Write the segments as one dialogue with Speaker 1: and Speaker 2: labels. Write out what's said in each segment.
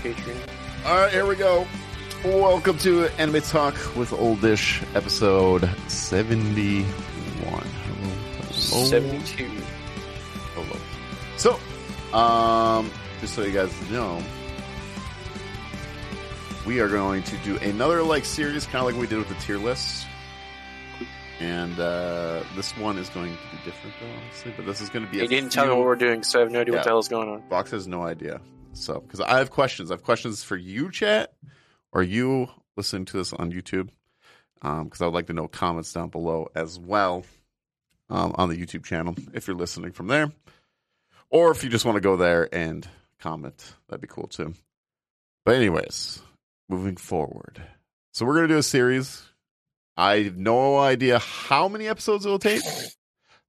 Speaker 1: Patreon.
Speaker 2: All right, here we go. Welcome to Anime Talk with Old Dish, episode 71. Hello.
Speaker 1: Seventy-two.
Speaker 2: Hello. So, um, just so you guys know, we are going to do another like series, kind of like we did with the tier lists. And uh, this one is going to be different, though, honestly. But this is going to be.
Speaker 1: They
Speaker 2: a
Speaker 1: didn't tell me
Speaker 2: few-
Speaker 1: what we're doing, so I have no idea
Speaker 2: Yeah.
Speaker 1: what the hell's going on.
Speaker 2: Box has no idea. So, because I have questions, I have questions for you, chat, or you listening to this on YouTube, because I would like to know comments down below as well um, on the YouTube channel if you're listening from there, or if you just want to go there and comment, that'd be cool too. But anyways, moving forward, so we're gonna do a series. I have no idea how many episodes it'll take.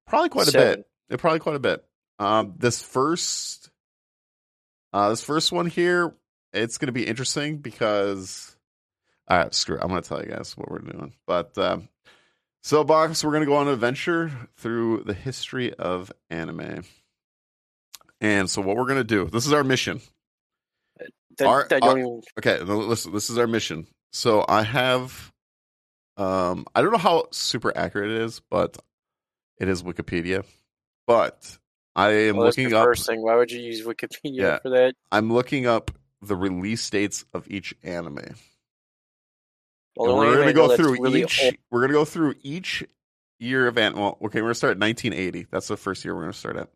Speaker 2: Probably quite a bit.
Speaker 1: Seven.
Speaker 2: Yeah, probably quite a bit. Um, this first, uh, this first one here, it's going to be interesting because, all right, screw it. I'm going to tell you guys what we're doing. But um, so, box, we're going to go on an adventure through the history of anime. And so, what we're going to do, this is our mission.
Speaker 1: That,
Speaker 2: Our-
Speaker 1: that
Speaker 2: our-
Speaker 1: don't even,
Speaker 2: Okay, no, listen, this is our mission. So I have um I don't know how super accurate it is, but it is Wikipedia. But I am
Speaker 1: well, that's
Speaker 2: looking
Speaker 1: the
Speaker 2: up
Speaker 1: first thing. Why would you use Wikipedia
Speaker 2: Yeah.
Speaker 1: for that?
Speaker 2: I'm looking up the release dates of each anime.
Speaker 1: Well, the
Speaker 2: And
Speaker 1: only
Speaker 2: we're
Speaker 1: anime I
Speaker 2: gonna
Speaker 1: know
Speaker 2: go
Speaker 1: that's
Speaker 2: through
Speaker 1: really
Speaker 2: each
Speaker 1: old-
Speaker 2: we're gonna go through each year of anime. Well, okay, we're gonna start at nineteen eighty. That's the first year we're gonna start at.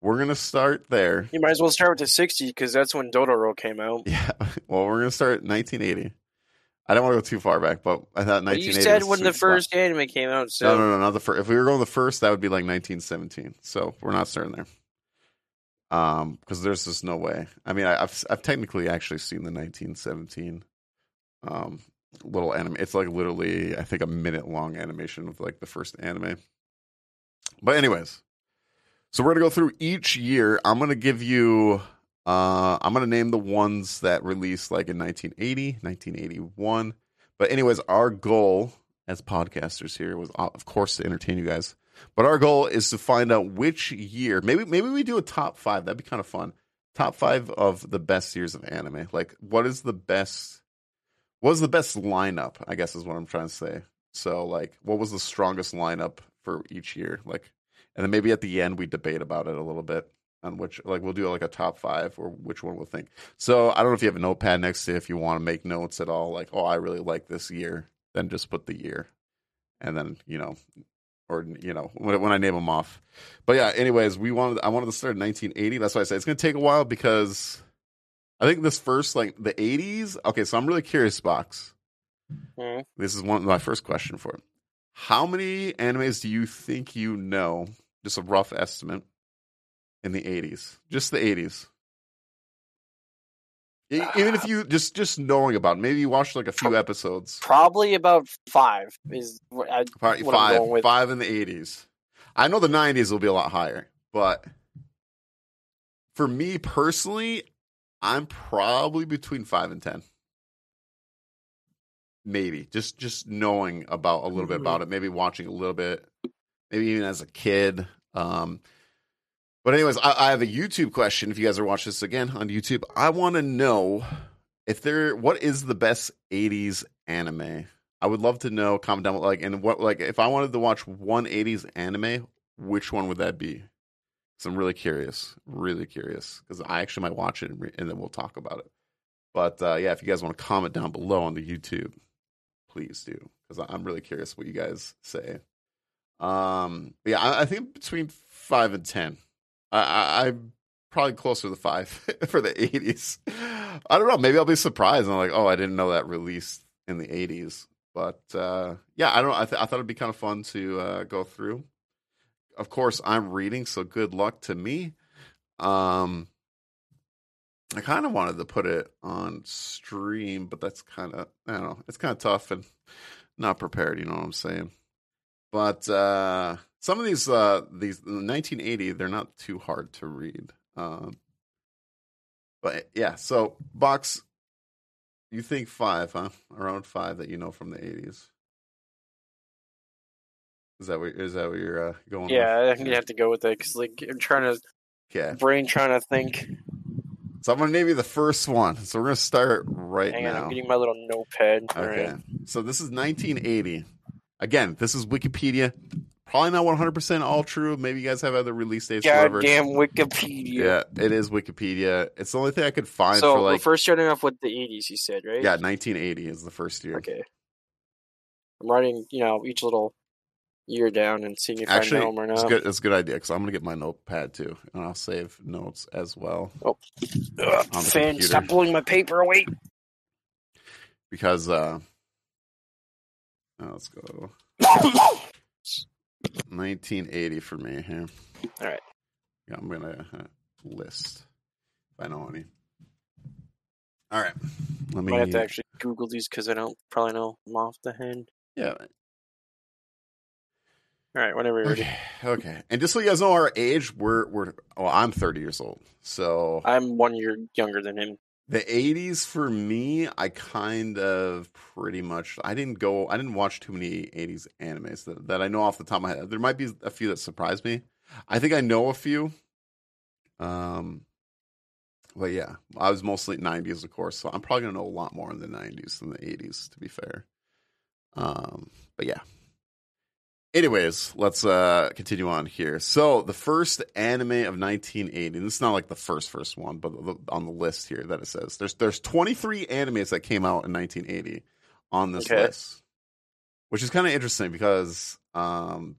Speaker 2: We're gonna start there.
Speaker 1: You might as well start with the 60 because that's when Dodoro came out.
Speaker 2: Yeah. Well, we're gonna start at nineteen eighty. I don't want to go too far back, but I
Speaker 1: But
Speaker 2: thought nineteen
Speaker 1: you
Speaker 2: eighty.
Speaker 1: said when the first anime came out, so
Speaker 2: No, no, no, not the first. If we were going the first, that would be like 1917. So we're not starting there. Um, because there's just no way. I mean, I, I've I've technically actually seen the 1917, um, little anime. It's like literally, I think a minute long animation of like the first anime. But anyways, so we're gonna go through each year. I'm gonna give you. Uh, I'm gonna name the ones that released like in 1980, 1981. But anyways, our goal as podcasters here was uh, of course to entertain you guys but our goal is to find out which year maybe maybe we do a top five that'd be kind of fun top five of the best years of anime like what is the best what was the best lineup i guess is what i'm trying to say so like what was the strongest lineup for each year like and then maybe at the end we debate about it a little bit on which like we'll do like a top five or which one we'll think so i don't know if you have a notepad next to you if you want to make notes at all like oh i really like this year then just put the year and then you know or you know when, when i name them off but yeah anyways we wanted i wanted to start in 1980 that's why i said it's going to take a while because i think this first like the 80s okay so i'm really curious box
Speaker 1: Mhm.
Speaker 2: this is one my first question for it. how many animes do you think you know just a rough estimate in the 80s just the 80s E- even if you just just knowing about it, maybe you watched like a few episodes
Speaker 1: probably about five is what I,
Speaker 2: Probably
Speaker 1: what I'm
Speaker 2: five,
Speaker 1: going with.
Speaker 2: five in the eighties. I know the nineties will be a lot higher, but for me personally, I'm probably between five and ten, maybe. Just just knowing about a little bit
Speaker 1: Mhm.
Speaker 2: about it, maybe watching a little bit, maybe even as a kid. Um, but anyways, I, I have a YouTube question. If you guys are watching this again on YouTube, I want to know if there what is the best '80s anime. I would love to know. Comment down like and what like if I wanted to watch one '80s anime, which one would that be? So I'm really curious, really curious because I actually might watch it and, re- and then we'll talk about it. But uh, yeah, if you guys want to comment down below on the YouTube, please do because I'm really curious what you guys say. Um, yeah, I, I think between five and ten, I, I, I'm probably closer to the five for the 80s. I don't know. Maybe I'll be surprised. And I'm like, oh, I didn't know that released in the 80s. But uh, yeah, I don't. I, th- I thought it'd be kind of fun to uh, go through. Of course, I'm reading, so good luck to me. Um, I kind of wanted to put it on stream, but that's kind of I don't know. It's kind of tough and not prepared. You know what I'm saying? But uh, some of these uh, these 1980, they're not too hard to read. Um, but yeah, so box, you think five, huh? Around five that you know from the 80s. Is that what is that what you're uh, going?
Speaker 1: yeah, I
Speaker 2: with?
Speaker 1: think you have to go with that because like I'm trying to
Speaker 2: Okay.
Speaker 1: brain trying to think.
Speaker 2: So I'm gonna name you the first one. So we're gonna start right
Speaker 1: Hang on,
Speaker 2: now.
Speaker 1: I'm getting my little notepad. All
Speaker 2: Okay.
Speaker 1: right.
Speaker 2: So this is 1980. Again, this is Wikipedia. Probably not 100% all true. Maybe you guys have other release dates. whatever.
Speaker 1: Goddamn Wikipedia.
Speaker 2: Yeah, it is Wikipedia. It's the only thing I could find
Speaker 1: so
Speaker 2: for
Speaker 1: we're
Speaker 2: like.
Speaker 1: first starting off with the 80s, you said, right?
Speaker 2: yeah, 1980 is the first year.
Speaker 1: Okay. I'm writing, you know, each little year down and seeing if I
Speaker 2: Actually,
Speaker 1: know them or
Speaker 2: it's
Speaker 1: not.
Speaker 2: good. That's a good idea because I'm gonna get my notepad too, and I'll save notes as well
Speaker 1: Ugh,
Speaker 2: on the
Speaker 1: fan,
Speaker 2: computer.
Speaker 1: stop blowing my paper away.
Speaker 2: because. uh now Let's go.
Speaker 1: All
Speaker 2: 1980 for me here.
Speaker 1: right.
Speaker 2: Yeah, I'm gonna uh, list if I know any. All right, let
Speaker 1: I
Speaker 2: me.
Speaker 1: might have to actually Google these because I don't probably know them off the hand.
Speaker 2: yeah,
Speaker 1: All right, whenever you're ready.
Speaker 2: okay, okay. And just so you guys know our age, we're we're. Oh, I'm 30 years old, so
Speaker 1: I'm one year younger than him.
Speaker 2: the 80s for me, I kind of pretty much. I didn't go. I didn't watch too many 80s animes that, that I know off the top of my head. There might be a few that surprised me. I think I know a few. Um, but yeah, I was mostly 90s, of course. So I'm probably gonna know a lot more in the 90s than the 80s, to be fair. Um, but yeah. Anyways, let's uh continue on here. So the first anime of 1980, and it's not like the first first one, but the, on the list here that it says there's there's 23 animes that came out in 1980 on this
Speaker 1: Okay.
Speaker 2: list, which is kind of interesting because um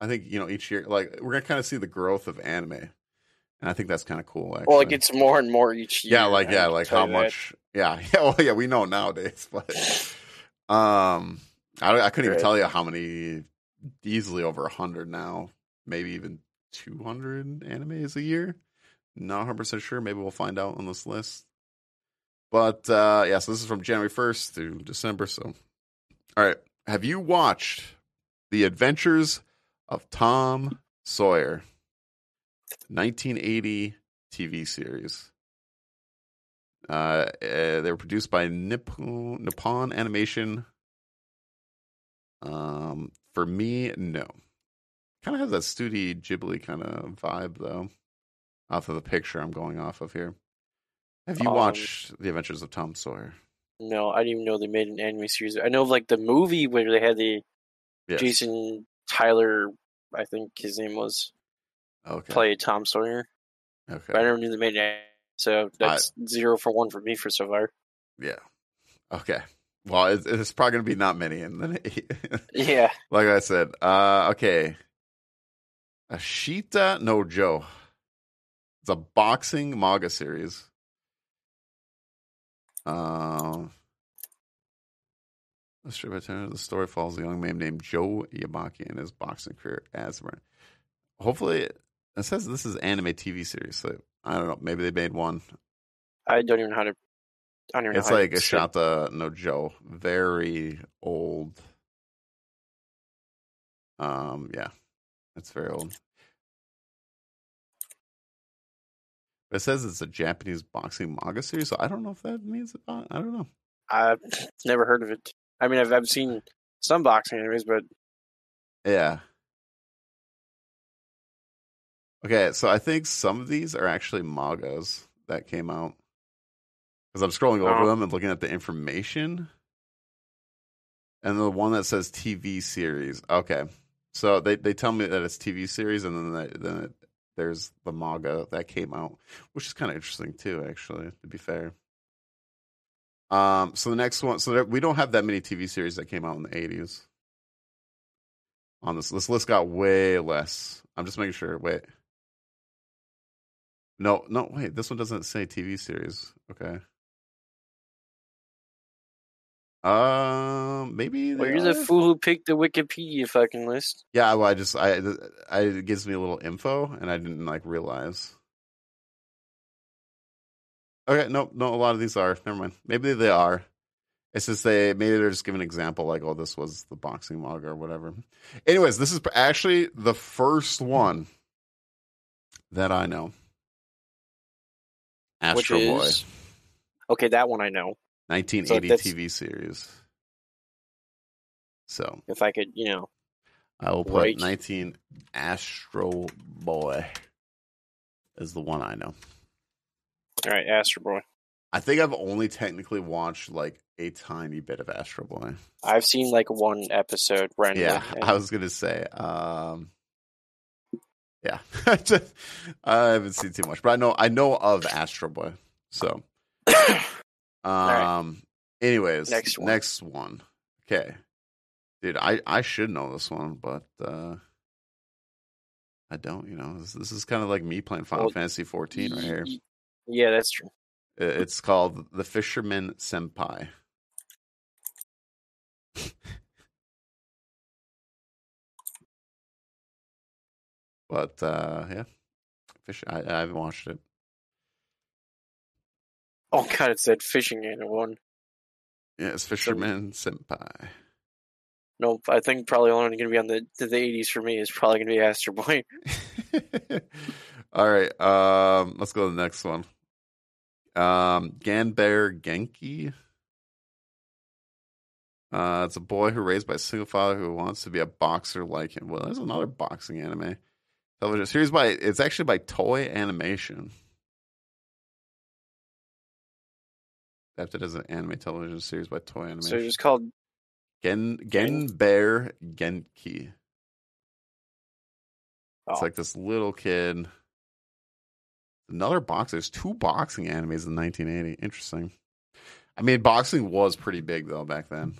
Speaker 2: I think you know each year like we're gonna kind of see the growth of anime, and I think that's kind of cool. Actually.
Speaker 1: Well, it gets more and more each year.
Speaker 2: Yeah, like
Speaker 1: I
Speaker 2: yeah,
Speaker 1: can
Speaker 2: like
Speaker 1: tell
Speaker 2: how
Speaker 1: you that.
Speaker 2: much? Yeah, yeah. Well, yeah, we know nowadays, but um, I don't- I couldn't even
Speaker 1: Right.
Speaker 2: tell you how many. Easily over hundred now, maybe even two hundred animes a year. Not hundred percent sure. Maybe we'll find out on this list. But uh yeah, so this is from January first through December. So, all right, have you watched the Adventures of Tom Sawyer, nineteen eighty TV series? Uh, uh, they were produced by Nippon, Nippon Animation. Um, for me, no. Kind of has that Studio Ghibli kind of vibe though, off of the picture I'm going off of here. Have you
Speaker 1: Um,
Speaker 2: watched The Adventures of Tom Sawyer?
Speaker 1: No, I didn't even know they made an anime series. I know of like the movie where they had the
Speaker 2: Yes.
Speaker 1: Jason Tyler, I think his name was,
Speaker 2: Okay.
Speaker 1: play Tom Sawyer.
Speaker 2: Okay.
Speaker 1: But I never knew they made an anime. So that's zero for one for me for so far.
Speaker 2: Yeah. Okay. Well, it's, it's probably gonna be not many, and then
Speaker 1: Yeah.
Speaker 2: like I said, uh, okay. Ashita no Joe. It's a boxing manga series. Um, let's strip it down. The story follows a young man named Joe Yamaki and his boxing career as a Hopefully, it says this is anime TV series. So I don't know. Maybe they made one.
Speaker 1: I don't even know how to. I don't even
Speaker 2: It's
Speaker 1: know how
Speaker 2: like
Speaker 1: to say-
Speaker 2: Ashata no Joe. Very old. Um, yeah. It's very old. But it says it's a Japanese boxing manga series, so I don't know if that means it. I don't know.
Speaker 1: I've never heard of it. I mean, I've, I've seen some boxing animes, but
Speaker 2: Yeah. Okay, so I think some of these are actually mangas that came out. Because I'm scrolling over
Speaker 1: Oh.
Speaker 2: them and looking at the information. And the one that says TV series. Okay. So they, they tell me that it's TV series, and then, they, then it, there's the manga that came out, which is kind of interesting too, actually, to be fair. Um, so the next one, so there, we don't have that many TV series that came out in the 80s on this. This list got way less. I'm just making sure. Wait. No, no, wait. This one doesn't say TV series. Okay. Um, maybe.
Speaker 1: well,
Speaker 2: they
Speaker 1: you're
Speaker 2: are?
Speaker 1: the fool who picked the Wikipedia fucking list.
Speaker 2: Yeah, well, I just I, I it gives me a little info, and I didn't like realize. Okay, no, no, a lot of these are. Never mind. Maybe they are. It's just they maybe they're just giving an example like, oh, this was the boxing mug or whatever. Anyways, this is actually the first one that I know.
Speaker 1: Which
Speaker 2: Astro Boy,
Speaker 1: is- Okay, that one I know.
Speaker 2: 1980
Speaker 1: that's-
Speaker 2: TV series. So
Speaker 1: If I could, you know.
Speaker 2: I will put
Speaker 1: Right.
Speaker 2: 19 Astro Boy is the one I know.
Speaker 1: All right, Astro Boy.
Speaker 2: I think I've only technically watched like a tiny bit of Astro Boy.
Speaker 1: I've seen like one episode randomly.
Speaker 2: Yeah,
Speaker 1: and
Speaker 2: I was gonna say. Um, yeah, I haven't seen too much, but I know I know of Astro Boy. So, um,
Speaker 1: right.
Speaker 2: anyways,
Speaker 1: Next one.
Speaker 2: next one. Okay, dude, I I should know this one, but uh, I don't. You know, this, this is kind of like me playing Final
Speaker 1: Well,
Speaker 2: Fantasy fourteen right here.
Speaker 1: y- Yeah, that's true.
Speaker 2: I- It's called The Fisherman Senpai. but uh yeah. Fish I, I haven't watched it.
Speaker 1: Oh god, it said fishing in one.
Speaker 2: Yeah, it's Fisherman Senpai.
Speaker 1: Nope, I think probably only going to be on the the eighties for me is probably going to be Astro Boy.
Speaker 2: All right. Um let's go to the next one. Um Ganbare Genki. Uh it's a boy who raised by a single father who wants to be a boxer like him. Well, there's another boxing anime. Television series by it's actually by Toy Animation. Adapted as an anime television series by
Speaker 1: So
Speaker 2: Toy Animation.
Speaker 1: it was called
Speaker 2: Gen Genbare Genki.
Speaker 1: Oh.
Speaker 2: It's like this little kid. Another box. There's two boxing animes in 1980. Interesting. I mean, boxing was pretty big though back then.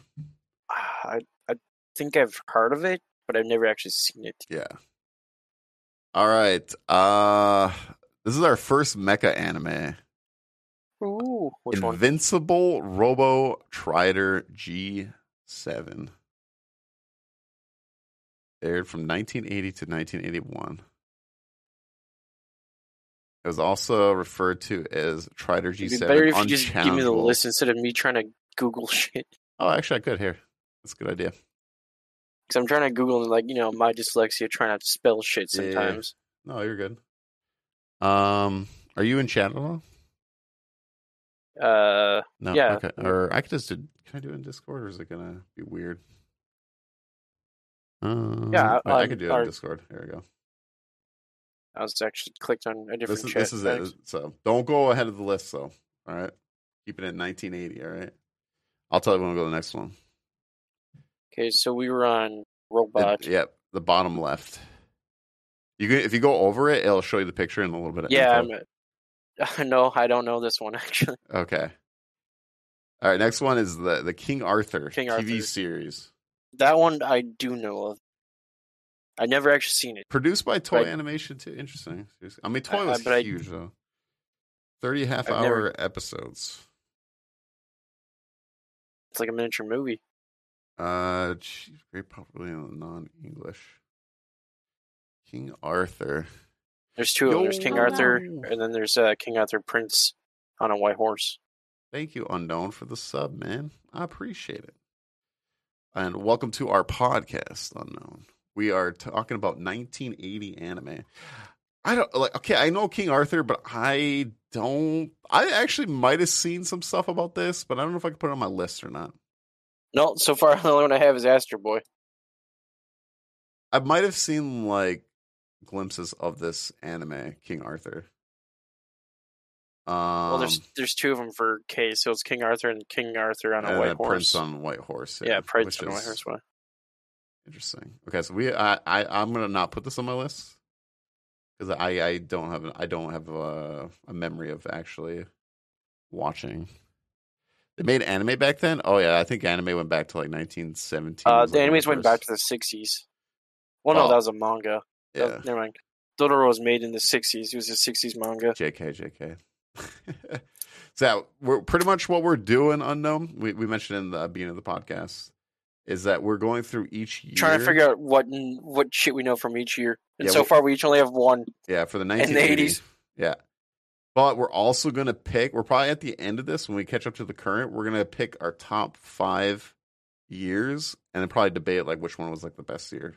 Speaker 1: I I think I've heard of it, but I've never actually seen it.
Speaker 2: Yeah. All right. Uh this is our first mecha anime.
Speaker 1: Ooh, which one?
Speaker 2: Invincible Robo Trider G7. Aired from 1980 to 1981. It was also referred to as Trider
Speaker 1: It'd
Speaker 2: G7.
Speaker 1: be better if you
Speaker 2: Unchallenged.
Speaker 1: just give me the list instead of me trying to Google shit.
Speaker 2: Oh, actually, I could here. That's a good idea.
Speaker 1: Because I'm trying to Google and like you know my dyslexia trying to spell shit
Speaker 2: Yeah.
Speaker 1: sometimes.
Speaker 2: No, you're good. Um, are you in chat at all?
Speaker 1: Uh,
Speaker 2: No.
Speaker 1: Yeah.
Speaker 2: Okay. Or I could just do, can I do it in Discord, or is it gonna be weird? Um,
Speaker 1: Yeah,
Speaker 2: wait, I,
Speaker 1: um,
Speaker 2: could do it in
Speaker 1: or-
Speaker 2: Discord. There we go.
Speaker 1: I was actually clicked on a different
Speaker 2: This is
Speaker 1: chat.
Speaker 2: this is it. So don't go ahead of the list. though. all right, keep it at 1980. All right. I'll tell you when we go to the next one.
Speaker 1: Okay, so we were on
Speaker 2: It-
Speaker 1: robot.
Speaker 2: yep, the bottom left. You can, if you go over it, it'll show you the picture and a little bit. Of
Speaker 1: yeah,
Speaker 2: info.
Speaker 1: I'm at- no, I don't know this one actually.
Speaker 2: Okay. All right. Next one is the the King Arthur
Speaker 1: King
Speaker 2: TV
Speaker 1: Arthur.
Speaker 2: series
Speaker 1: That one I do know of. I never actually seen it.
Speaker 2: produced by Toy
Speaker 1: Right.
Speaker 2: Animation too. Interesting. Seriously. I mean, Toy
Speaker 1: I-
Speaker 2: was
Speaker 1: but I-
Speaker 2: huge though. 30 half
Speaker 1: I've
Speaker 2: hour
Speaker 1: never-
Speaker 2: episodes.
Speaker 1: It's like a miniature movie.
Speaker 2: Uh, she's very popular in non English. King Arthur.
Speaker 1: There's two of them. There's King
Speaker 2: Yo.
Speaker 1: Arthur,
Speaker 2: Wow.
Speaker 1: and then there's uh, King Arthur Prince on a white horse.
Speaker 2: Thank you, Unknown, for the sub, man. I appreciate it. And welcome to our podcast, Unknown. We are talking about 1980 anime. I don't like, okay, I know King Arthur, but I don't. I actually might have seen some stuff about this, but I don't know if I can put it on my list or not.
Speaker 1: No, so far the only one I have is Astro Boy.
Speaker 2: I might have seen like glimpses of this anime, King Arthur. Um,
Speaker 1: well, there's there's two of them for K, so it's King Arthur and King Arthur on a
Speaker 2: and
Speaker 1: white
Speaker 2: then
Speaker 1: horse.
Speaker 2: Uh, Prince on White Horse.
Speaker 1: yeah, Prince
Speaker 2: which
Speaker 1: on a white
Speaker 2: is-
Speaker 1: horse. One.
Speaker 2: Interesting. Okay, so we I, I I'm gonna not put this on my list because I I don't have an- I don't have a, a memory of actually watching. They made anime back then. Oh yeah, I think anime went back to like 1917.
Speaker 1: Uh,
Speaker 2: was,
Speaker 1: the
Speaker 2: like, when
Speaker 1: animes
Speaker 2: it
Speaker 1: went back
Speaker 2: first-
Speaker 1: to the '60s. Well, no,
Speaker 2: Well,
Speaker 1: that was a manga. That-
Speaker 2: Oh. yeah.
Speaker 1: never mind. Totoro was made in the '60s. It was a '60s manga.
Speaker 2: JK, JK. so we're pretty much what we're doing. Unknown. We we mentioned in the uh, beginning of the podcast is that we're going through each year.
Speaker 1: Trying to figure out what n- what shit we know from each year, and
Speaker 2: Yeah,
Speaker 1: so
Speaker 2: we-
Speaker 1: far we each only have one.
Speaker 2: Yeah, for the
Speaker 1: In
Speaker 2: 1980s.
Speaker 1: the 80s.
Speaker 2: Yeah. But we're also going to pick, we're probably at the end of this when we catch up to the current, we're going to pick our top five years and then probably debate like which one was like the best year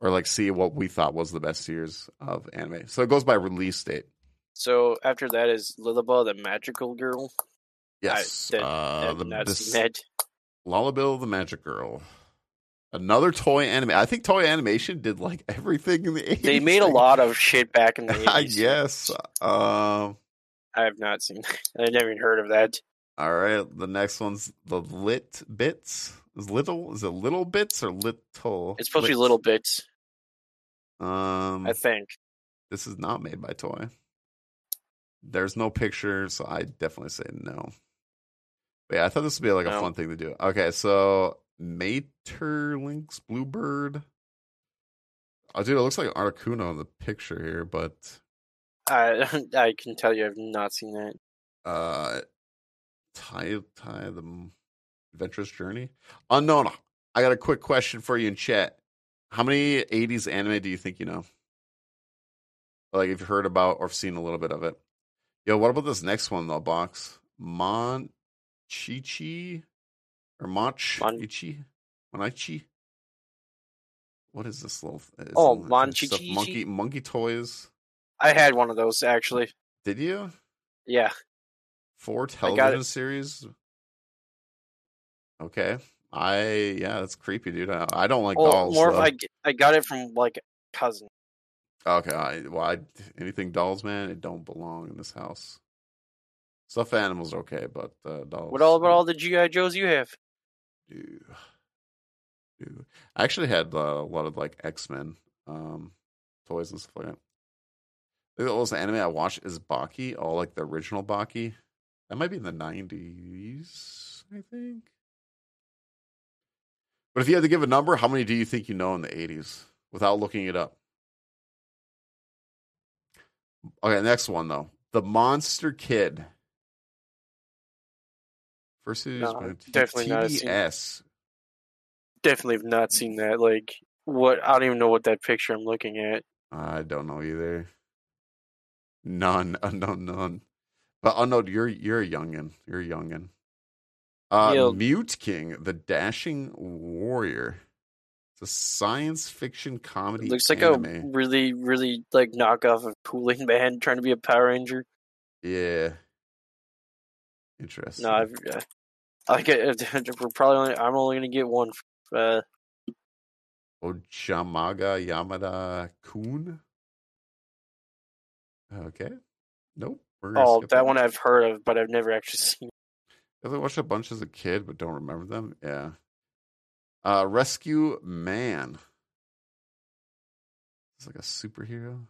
Speaker 2: or like see what we thought was the best years of anime. So it goes by release date.
Speaker 1: So after that is Lilaba, the magical girl,
Speaker 2: Yes.
Speaker 1: that-
Speaker 2: uh,
Speaker 1: and
Speaker 2: the,
Speaker 1: that's
Speaker 2: this,
Speaker 1: Ned.
Speaker 2: Lullabill the Magic Girl. Another toy anime. I think Toy Animation did like everything in the 80s.
Speaker 1: They made a lot of shit back in the
Speaker 2: I
Speaker 1: '80s.
Speaker 2: guess. Um,
Speaker 1: I have not seen. I've never even heard of that.
Speaker 2: All right, the next one's the lit bits. Is little is it little bits or little?
Speaker 1: It's supposed to be little bits,
Speaker 2: Um,
Speaker 1: I think.
Speaker 2: this is not made by Toy. There's no picture, so I definitely say no. But yeah, I thought this would be like a
Speaker 1: No.
Speaker 2: fun thing to do. Okay, so Materlinx Bluebird. Oh, dude, it looks like Articuno in the picture here, but
Speaker 1: I I can tell you, I've not seen that.
Speaker 2: uh, tie tie the m- adventurous journey. Unknown. I got a quick question for you in chat. How many '80s anime do you think you know? Like, if you've heard about or seen a little bit of it. Yo, what about this next one though? Box Monchichi or Monch
Speaker 1: Mon-
Speaker 2: Ichi Monichi. What is this little? uh, is
Speaker 1: Oh,
Speaker 2: it like stuff-
Speaker 1: Monchichi?
Speaker 2: Monkey monkey toys.
Speaker 1: I had one of those actually.
Speaker 2: Did you?
Speaker 1: Yeah,
Speaker 2: four
Speaker 1: I got it.
Speaker 2: television series. Okay, I yeah, that's creepy, dude. I, I don't like
Speaker 1: or
Speaker 2: dolls.
Speaker 1: more of
Speaker 2: though.
Speaker 1: like I got it from like a cousin.
Speaker 2: okay, I, well, I, anything dolls, man, it don't belong in this house. Stuffed animals are okay, but uh, dolls.
Speaker 1: What all about all the GI Joes you have?
Speaker 2: do. do. I actually had uh, a lot of like X Men um, toys and stuff like that. I think the oldest anime I watched is Baki, all like the original Baki. That might be in the nineties, I think. But if you had to give a number, how many do you think you know in the eighties without looking it up? Okay, next one though. The Monster Kid. Versus
Speaker 1: No,
Speaker 2: by
Speaker 1: definitely not a scene.
Speaker 2: TBS.
Speaker 1: Definitely have not seen that. Like what? I don't even know what that picture I'm looking at.
Speaker 2: I don't know either. None, unknown, none. But unknown, you're you're a youngin. You're a youngin. Uh,
Speaker 1: Yeah.
Speaker 2: Mute King, the dashing warrior. It's a science fiction comedy.
Speaker 1: It looks like a
Speaker 2: anime.
Speaker 1: really, really like knockoff of Cooling Man trying to be a Power Ranger.
Speaker 2: yeah. Interesting.
Speaker 1: No, I've, uh, I get. We're probably. Only, I'm only gonna get one. Uh,
Speaker 2: Ojamaga Yamada Kun. Okay. Nope. We're gonna
Speaker 1: oh,
Speaker 2: skip
Speaker 1: that one I've heard of, but I've never actually seen.
Speaker 2: I watched a bunch as a kid, but don't remember them. Yeah. Uh, Rescue Man. It's like a superhero.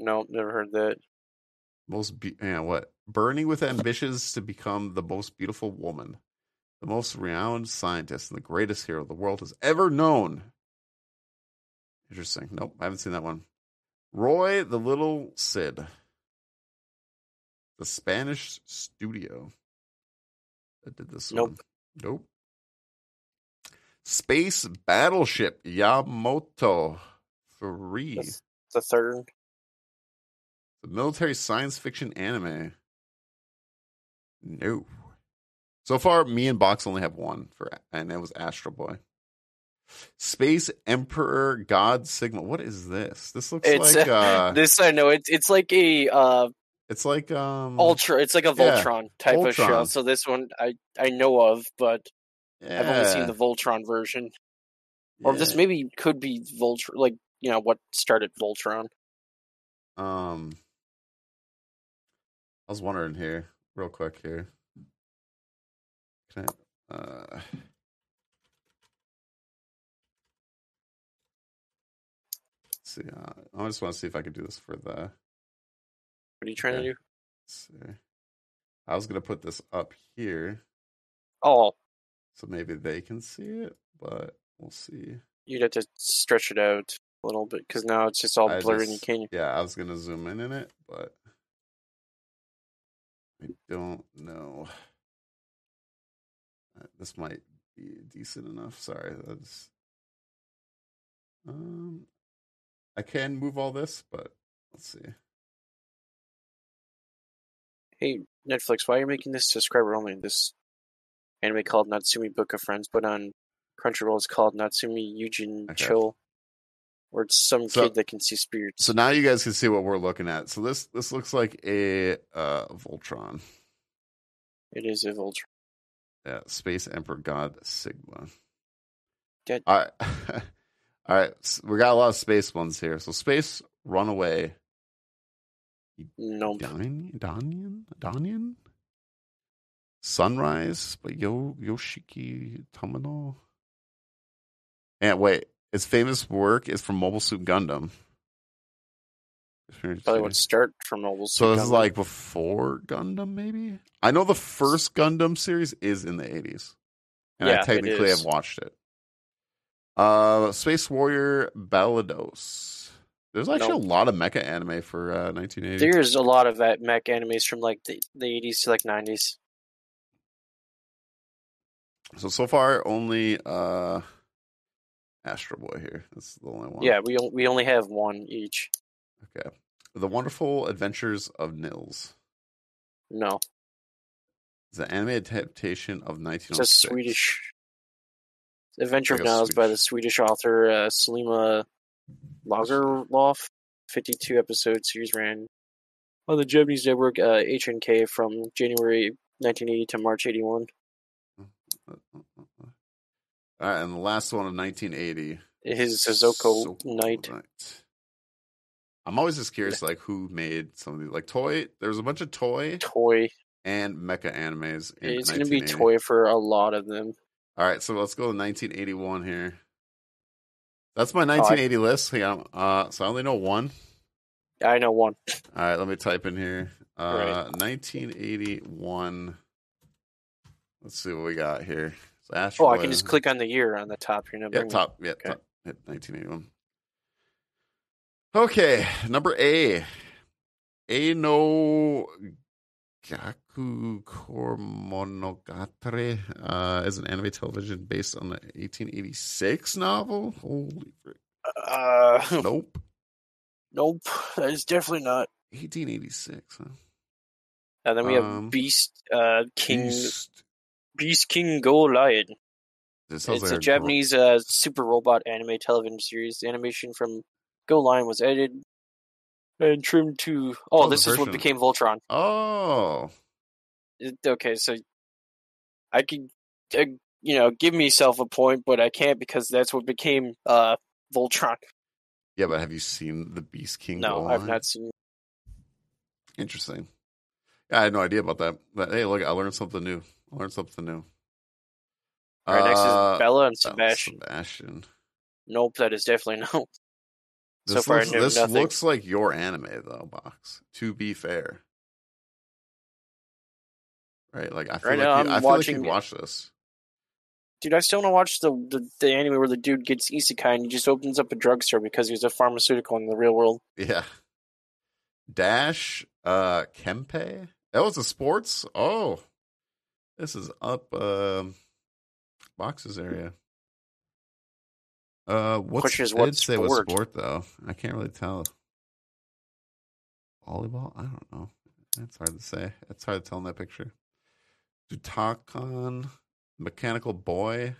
Speaker 1: No, never heard that.
Speaker 2: Most be- yeah, what? Burning with ambitions to become the most beautiful woman, the most renowned scientist, and the greatest hero the world has ever known. Interesting. Nope, I haven't seen that one. Roy the Little Cid. The Spanish studio that did this
Speaker 1: Nope.
Speaker 2: one. Nope. Space Battleship Yamamoto 3.
Speaker 1: That's the third.
Speaker 2: The military science fiction anime. No. So far, me and Box only have one for, and it was Astro Boy. Space Emperor God Sigma. What is this? This looks
Speaker 1: It's
Speaker 2: like uh,
Speaker 1: this I know. It's it's like a uh
Speaker 2: it's like um,
Speaker 1: ultra. It's like a
Speaker 2: yeah,
Speaker 1: Voltron type of show.
Speaker 2: Voltron.
Speaker 1: So this one I I know of, but I've only seen
Speaker 2: yeah,
Speaker 1: the Voltron version. Or this
Speaker 2: yeah.
Speaker 1: maybe could be Voltron, like you know what started Voltron.
Speaker 2: Um, I was wondering here, real quick here. Can I? Uh, see, uh, I just want to see if I could do this for the.
Speaker 1: What are you trying
Speaker 2: Okay.
Speaker 1: to do?
Speaker 2: let's see. I was gonna put this up here
Speaker 1: Oh,
Speaker 2: so maybe they can see it, but we'll see.
Speaker 1: you'd have to stretch it out a little bit because now it's just all
Speaker 2: I
Speaker 1: blurred and you
Speaker 2: just-
Speaker 1: can't.
Speaker 2: Yeah, I was gonna zoom in in it, but I don't know. Uh, This might be decent enough. Sorry, that's. Um, I can move all this, but let's see.
Speaker 1: Hey Netflix, why are you making this subscriber only? This anime called Natsumi Book of Friends, but on Crunchyroll it's called Natsumi Yujin
Speaker 2: Okay.
Speaker 1: Chill, where it's some
Speaker 2: So-
Speaker 1: kid that can see spirits.
Speaker 2: So now you guys can see what we're looking at. So this this looks like a uh Voltron.
Speaker 1: It is a Voltron.
Speaker 2: Yeah, Space Emperor God Sigma.
Speaker 1: Good.
Speaker 2: All right. All right. s- We got a lot of space ones here. So Space Runaway
Speaker 1: No,
Speaker 2: Danyan, Danyan, Danyan, Sunrise, but Yo Yoshiki Tamino. And wait, his famous work is from Mobile Suit Gundam.
Speaker 1: probably would start from Mobile Suit.
Speaker 2: So this is
Speaker 1: Gundam.
Speaker 2: like before Gundam, maybe. I know the first Gundam series is in the eighties, and
Speaker 1: Yeah,
Speaker 2: I
Speaker 1: it
Speaker 2: technically
Speaker 1: is.
Speaker 2: have watched it. Uh, Space Warrior Balados. There's actually
Speaker 1: Nope.
Speaker 2: a lot of mecha anime for uh, 1980.
Speaker 1: there's a lot of that mech animes from like the, the 80s to like 90s.
Speaker 2: So so far, only uh, Astro Boy here. That's the only one.
Speaker 1: Yeah, we on- we only have one each.
Speaker 2: Okay. The Wonderful Adventures of Nils.
Speaker 1: No,
Speaker 2: It's an anime adaptation of 1906.
Speaker 1: it's a Swedish Adventure of
Speaker 2: Like a
Speaker 1: Niles by
Speaker 2: Swedish-
Speaker 1: the Swedish author uh, Selima Lagerlof. 52 episode series ran on the Japanese network uh, HNK from January 1980 to March 81.
Speaker 2: oh Uh, All right, and the last one of 1980.
Speaker 1: His Suzoko
Speaker 2: Soko
Speaker 1: Knight.
Speaker 2: Knight. I'm always just curious, like who made some of these, like toy. There was a bunch of toy
Speaker 1: Toy.
Speaker 2: and mecha animes. In
Speaker 1: It's going to be
Speaker 2: 1980.
Speaker 1: toy for a lot of them.
Speaker 2: All right, so let's go to 1981 here. That's my
Speaker 1: Oh,
Speaker 2: 1980 list. Hang on, uh, so I only know one.
Speaker 1: I know one.
Speaker 2: All right, let me type in here. Uh, 1981. Let's see what we got here. So
Speaker 1: Oh,
Speaker 2: Astro
Speaker 1: I
Speaker 2: Boy.
Speaker 1: can just click on the year on the top here. and
Speaker 2: Yeah,
Speaker 1: bring it.
Speaker 2: top. Yeah,
Speaker 1: Okay.
Speaker 2: top. Hit 1981. Okay, number A. Eino Gaku Kormonogatari uh, is an anime television based on the 1886 novel. Holy frick.
Speaker 1: Uh,
Speaker 2: Nope.
Speaker 1: nope, that is definitely not.
Speaker 2: 1886, huh?
Speaker 1: And then we
Speaker 2: Um,
Speaker 1: have Beast uh, King
Speaker 2: Beast.
Speaker 1: Beast King Go Lion.
Speaker 2: This sounds
Speaker 1: It's a
Speaker 2: gr-
Speaker 1: Japanese uh, super robot anime television series. The animation from Go Lion was edited and trimmed to. Oh,
Speaker 2: Oh, the
Speaker 1: this is what
Speaker 2: version.
Speaker 1: became Voltron.
Speaker 2: Oh.
Speaker 1: It- okay, so I could, uh, you know, give myself a point, but I can't because that's what became uh, Voltron.
Speaker 2: Yeah, but have you seen the Beast King?
Speaker 1: No,
Speaker 2: go
Speaker 1: I've
Speaker 2: on?
Speaker 1: not seen.
Speaker 2: Interesting. Yeah, I had no idea about that. But hey, look, I learned something new. I learned something new.
Speaker 1: All right, next
Speaker 2: Uh,
Speaker 1: is Bella and
Speaker 2: Bella
Speaker 1: Sebastian.
Speaker 2: Sebastian.
Speaker 1: Nope, that is definitely no. So
Speaker 2: This
Speaker 1: far, I
Speaker 2: looks,
Speaker 1: knew
Speaker 2: this
Speaker 1: nothing.
Speaker 2: looks like your anime though, box. To be fair, right? Like I feel
Speaker 1: Right now,
Speaker 2: like you,
Speaker 1: I'm
Speaker 2: I feel like
Speaker 1: watching
Speaker 2: you
Speaker 1: it.
Speaker 2: watch this.
Speaker 1: Dude, I still want to watch the, the the anime where the dude gets isekai and he just opens up a drugstore because he's a pharmaceutical in the real world.
Speaker 2: Yeah. Dash uh Kempe. That was a sports. Oh. This is up um boxes area. Uh what's
Speaker 1: Question is,
Speaker 2: it
Speaker 1: what
Speaker 2: did say was
Speaker 1: sport?
Speaker 2: sport though. I can't really tell. Volleyball? I don't know. That's hard to say. It's hard to tell in that picture. Dutakon, Mechanical Boy.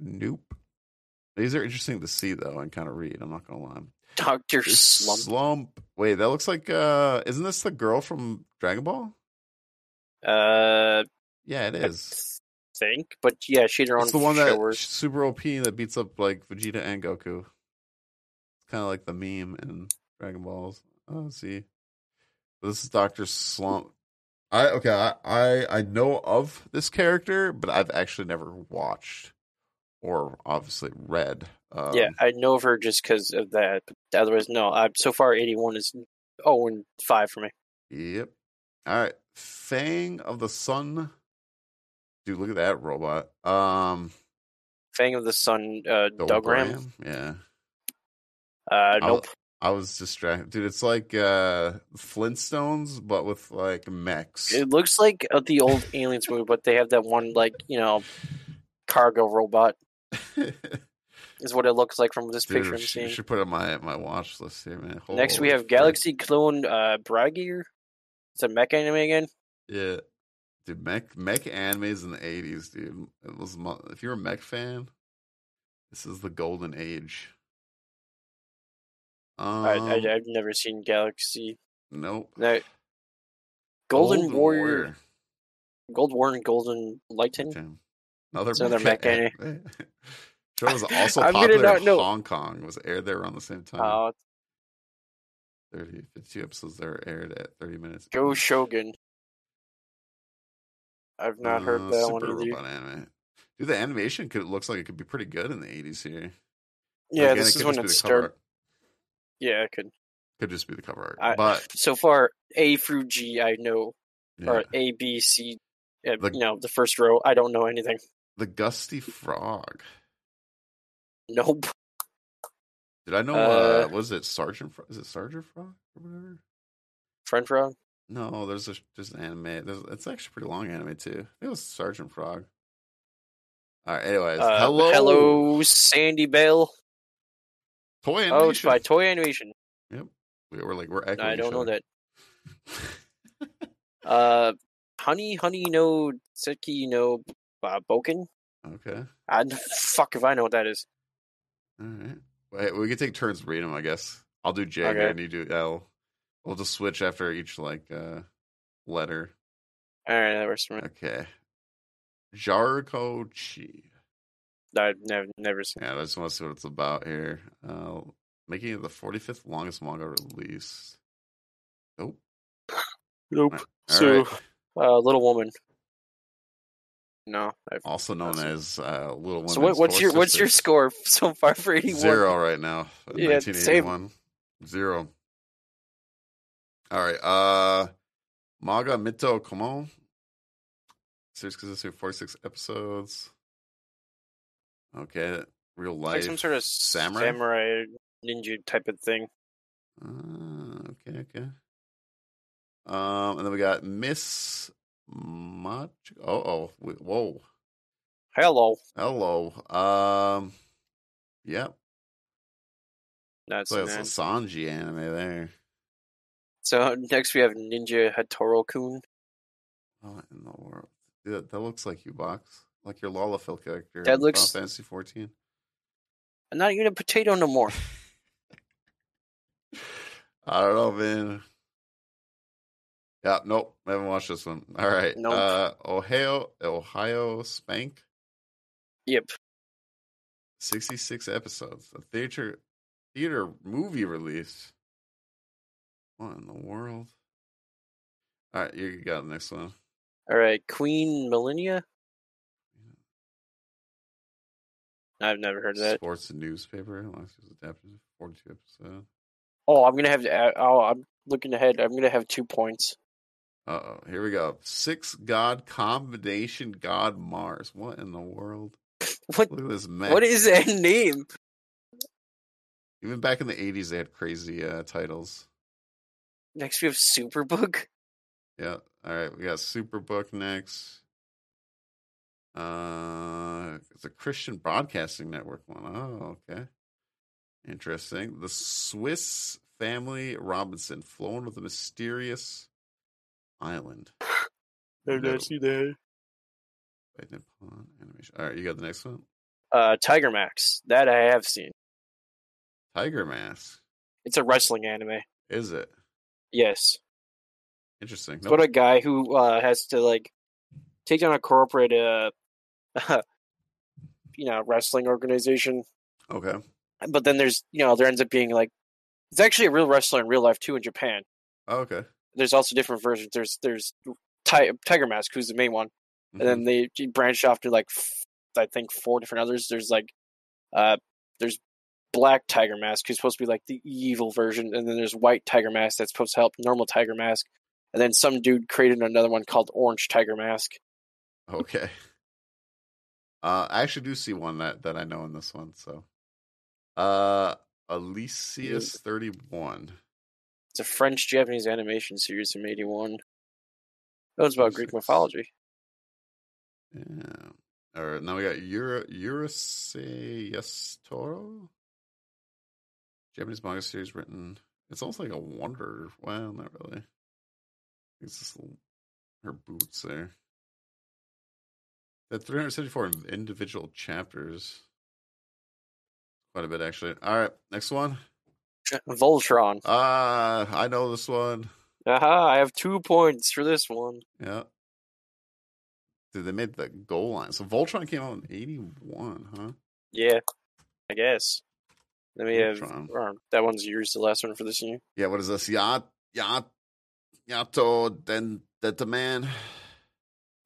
Speaker 2: Nope. These are interesting to see though and kind of read. I'm not gonna lie.
Speaker 1: Doctor
Speaker 2: This
Speaker 1: Slump.
Speaker 2: Slump. Wait, that looks like uh isn't this the girl from Dragon Ball?
Speaker 1: Uh,
Speaker 2: Yeah, it
Speaker 1: I
Speaker 2: is.
Speaker 1: think, but yeah, she had her own
Speaker 2: It's the one
Speaker 1: show
Speaker 2: that
Speaker 1: where-
Speaker 2: she's super OP that beats up like Vegeta and Goku. It's kind of like the meme in Dragon Balls. Oh, let's see. This is Doctor Slump. I okay, I, I I know of this character, but I've actually never watched or obviously read. Um,
Speaker 1: yeah, I know of her just because of that. But otherwise, no. I, so far, eighty-one is oh and five for me.
Speaker 2: Yep. All right. Fang of the Sun. Dude, look at that robot. Um
Speaker 1: Fang of the Sun, uh, Dogram.
Speaker 2: Dogram? Yeah.
Speaker 1: Uh,
Speaker 2: I
Speaker 1: nope.
Speaker 2: was, I was distracted. Dude, it's like uh Flintstones but with like mechs.
Speaker 1: It looks like uh, the old Aliens movie, but they have that one like you know cargo robot is what it looks like from this
Speaker 2: Dude,
Speaker 1: picture
Speaker 2: we
Speaker 1: I'm
Speaker 2: should,
Speaker 1: seeing.
Speaker 2: we should put it on my my watch list here, man.
Speaker 1: Next, we
Speaker 2: Holy
Speaker 1: have
Speaker 2: frick.
Speaker 1: Galaxy Clone uh, Bragier. It's a mech anime again.
Speaker 2: Yeah. Dude, mech mech animes in the 80s, dude. It was mo- if you're a mech fan, this is the golden age. Um,
Speaker 1: I, I, I've never seen Galaxy.
Speaker 2: nope.
Speaker 1: No, Golden, Warrior, Gold War and Golden Lightning.
Speaker 2: Damn. Another,
Speaker 1: It's another
Speaker 2: mech
Speaker 1: mech anime.
Speaker 2: anime. Show was also
Speaker 1: I'm gonna
Speaker 2: popular
Speaker 1: not
Speaker 2: in
Speaker 1: know- Oh.
Speaker 2: Hong Kong. Was aired there around the same time.
Speaker 1: Uh,
Speaker 2: 30, 52 episodes that are aired at 30 minutes.
Speaker 1: Go Shogun. I've not heard
Speaker 2: Uh,
Speaker 1: that
Speaker 2: Super
Speaker 1: one either.
Speaker 2: Robot anime. Dude, the animation could looks like it could be pretty good in the 80s here.
Speaker 1: Yeah,
Speaker 2: Again,
Speaker 1: this
Speaker 2: could
Speaker 1: is when it
Speaker 2: just be the cover
Speaker 1: started.
Speaker 2: art.
Speaker 1: Yeah, I could.
Speaker 2: Could just be the cover art.
Speaker 1: I-
Speaker 2: but
Speaker 1: So far, A through G, I know,
Speaker 2: yeah.
Speaker 1: or A, B, C. Uh,
Speaker 2: The-
Speaker 1: no, the first row, I don't know anything.
Speaker 2: the Gusty Frog.
Speaker 1: Nope.
Speaker 2: Did I know?
Speaker 1: Uh,
Speaker 2: Uh, was it Sergeant? Frog? Is it Sergeant Frog or whatever?
Speaker 1: French Frog.
Speaker 2: No, there's a there's an anime. There's, it's actually a pretty long anime too. I think It was Sergeant Frog. All right. Anyways,
Speaker 1: Uh,
Speaker 2: hello,
Speaker 1: hello, Sandy Bell.
Speaker 2: toy animation.
Speaker 1: Oh, it's by Toy Animation.
Speaker 2: we were like we're echoing
Speaker 1: I
Speaker 2: each
Speaker 1: don't know
Speaker 2: other.
Speaker 1: that. Uh, Honey, Honey, no, Seki, no, uh, Boken.
Speaker 2: okay.
Speaker 1: I fuck if I know what that is.
Speaker 2: All right. Wait, we can take turns reading them. I guess I'll do J
Speaker 1: Okay.
Speaker 2: and you do L. We'll just switch after each like uh letter.
Speaker 1: All right, that works for me.
Speaker 2: Okay. Jarko Chi.
Speaker 1: I've never, never seen.
Speaker 2: Yeah, I just want to see what it's about here. Uh, making it the 45th longest manga release. Nope.
Speaker 1: Nope.
Speaker 2: All
Speaker 1: So-
Speaker 2: right.
Speaker 1: Uh, Little Woman. No. I've...
Speaker 2: also known as uh, Little Women.
Speaker 1: So what, what's your what's your score so far for eighty one?
Speaker 2: zero right now? in
Speaker 1: Yeah, same.
Speaker 2: 1981. Zero. All right. Uh, Maga Mito Komon. Series consists of 46 episodes. Okay. Real life.
Speaker 1: Like some sort of
Speaker 2: samurai?
Speaker 1: samurai? ninja type of thing.
Speaker 2: Ah, okay, okay. Um, and then we got Miss Mach. Oh, oh, we- whoa,
Speaker 1: Hello.
Speaker 2: hello. Um, yeah,
Speaker 1: That's
Speaker 2: so it's a
Speaker 1: so,
Speaker 2: Sanji anime there.
Speaker 1: so uh, next we have Ninja Hatoro Kun.
Speaker 2: What in the world? Dude, that looks like you box, like your Lalafell character.
Speaker 1: That
Speaker 2: in Final
Speaker 1: looks-
Speaker 2: Fantasy fourteen.
Speaker 1: I'm not even a potato no more.
Speaker 2: I don't know, man. Yeah, nope. I haven't watched this one. All right.
Speaker 1: Nope.
Speaker 2: Uh, Ohio, Ohio Spank.
Speaker 1: Yep.
Speaker 2: 66 episodes. A theater theater movie release. What in the world? All right, you got the next one.
Speaker 1: All right, Queen Millennia. I've never heard of that.
Speaker 2: Sports newspaper. Last year's adapted. 42 episodes.
Speaker 1: Oh, I'm gonna have to. add- Oh, I'm looking ahead. I'm gonna have two points.
Speaker 2: Uh oh. Here we go. Six God Combination God Mars. What in the world?
Speaker 1: What?
Speaker 2: Look at this mess.
Speaker 1: What is that name?
Speaker 2: Even back in the 80s, they had crazy uh, titles.
Speaker 1: Next we have Superbook.
Speaker 2: Yeah. All right. We got Superbook next. Uh, it's a Christian Broadcasting Network one. Oh, okay. Interesting. The Swiss Family Robinson, flown with a mysterious island. I've never No. seen
Speaker 1: that.
Speaker 2: Waiting upon animation. All right, you got the next one.
Speaker 1: Uh, Tiger Max. That I have seen.
Speaker 2: Tiger Mask.
Speaker 1: It's a wrestling anime.
Speaker 2: Is it
Speaker 1: Yes.
Speaker 2: interesting?
Speaker 1: It's about a guy who uh, has to like take down a corporate, uh, you know, wrestling organization.
Speaker 2: Nope. Okay.
Speaker 1: But then there's you know there ends up being like it's actually a real wrestler in real life too in Japan.
Speaker 2: Oh, okay.
Speaker 1: There's also different versions. There's there's Ti- Tiger Mask, who's the main one.
Speaker 2: Mm-hmm.
Speaker 1: and then they j- branch off to like f- I think four different others. There's like uh there's black tiger mask who's supposed to be like the evil version, and then there's white tiger mask that's supposed to help normal tiger mask, and then some dude created another one called orange tiger mask.
Speaker 2: Mhm. Okay. Uh, I actually do see one that that I know in this one. So, uh, Elysius thirty one.
Speaker 1: It's a French Japanese animation series from eighty one. That was about Greek
Speaker 2: Six.
Speaker 1: mythology.
Speaker 2: Yeah. All right. Now we got Euro Eurysayus E Toro. Japanese manga series written. It's almost like a wonder. Well, not really. It's just l- her boots there. That 374 in- individual chapters. Quite a bit, actually. All right. Next one.
Speaker 1: Voltron.
Speaker 2: Ah, I know this one.
Speaker 1: Aha, I have two points for this one.
Speaker 2: Yeah. Dude, they made the goal line. So Voltron came out in 81, huh?
Speaker 1: Yeah. I guess. Then we have
Speaker 2: Neutron.
Speaker 1: or, that one's yours, the last one for this year.
Speaker 2: Yeah, what is this? Yacht, yacht, yato, then that the man.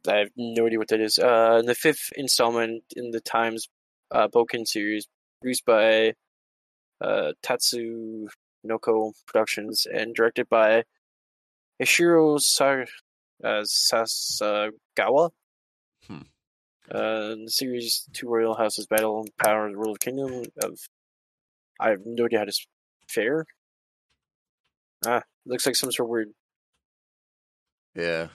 Speaker 1: I have no idea what that is. Uh, in the fifth installment in the Times uh, Boken series, produced by uh, Tatsu Noko Productions and directed by Ishiro Sa- uh, Sasagawa.
Speaker 2: Hmm.
Speaker 1: Uh, in the series, two royal houses battle and power of the world kingdom of. I have no idea how to s- fare. Ah, looks like some sort of weird.
Speaker 2: Yeah.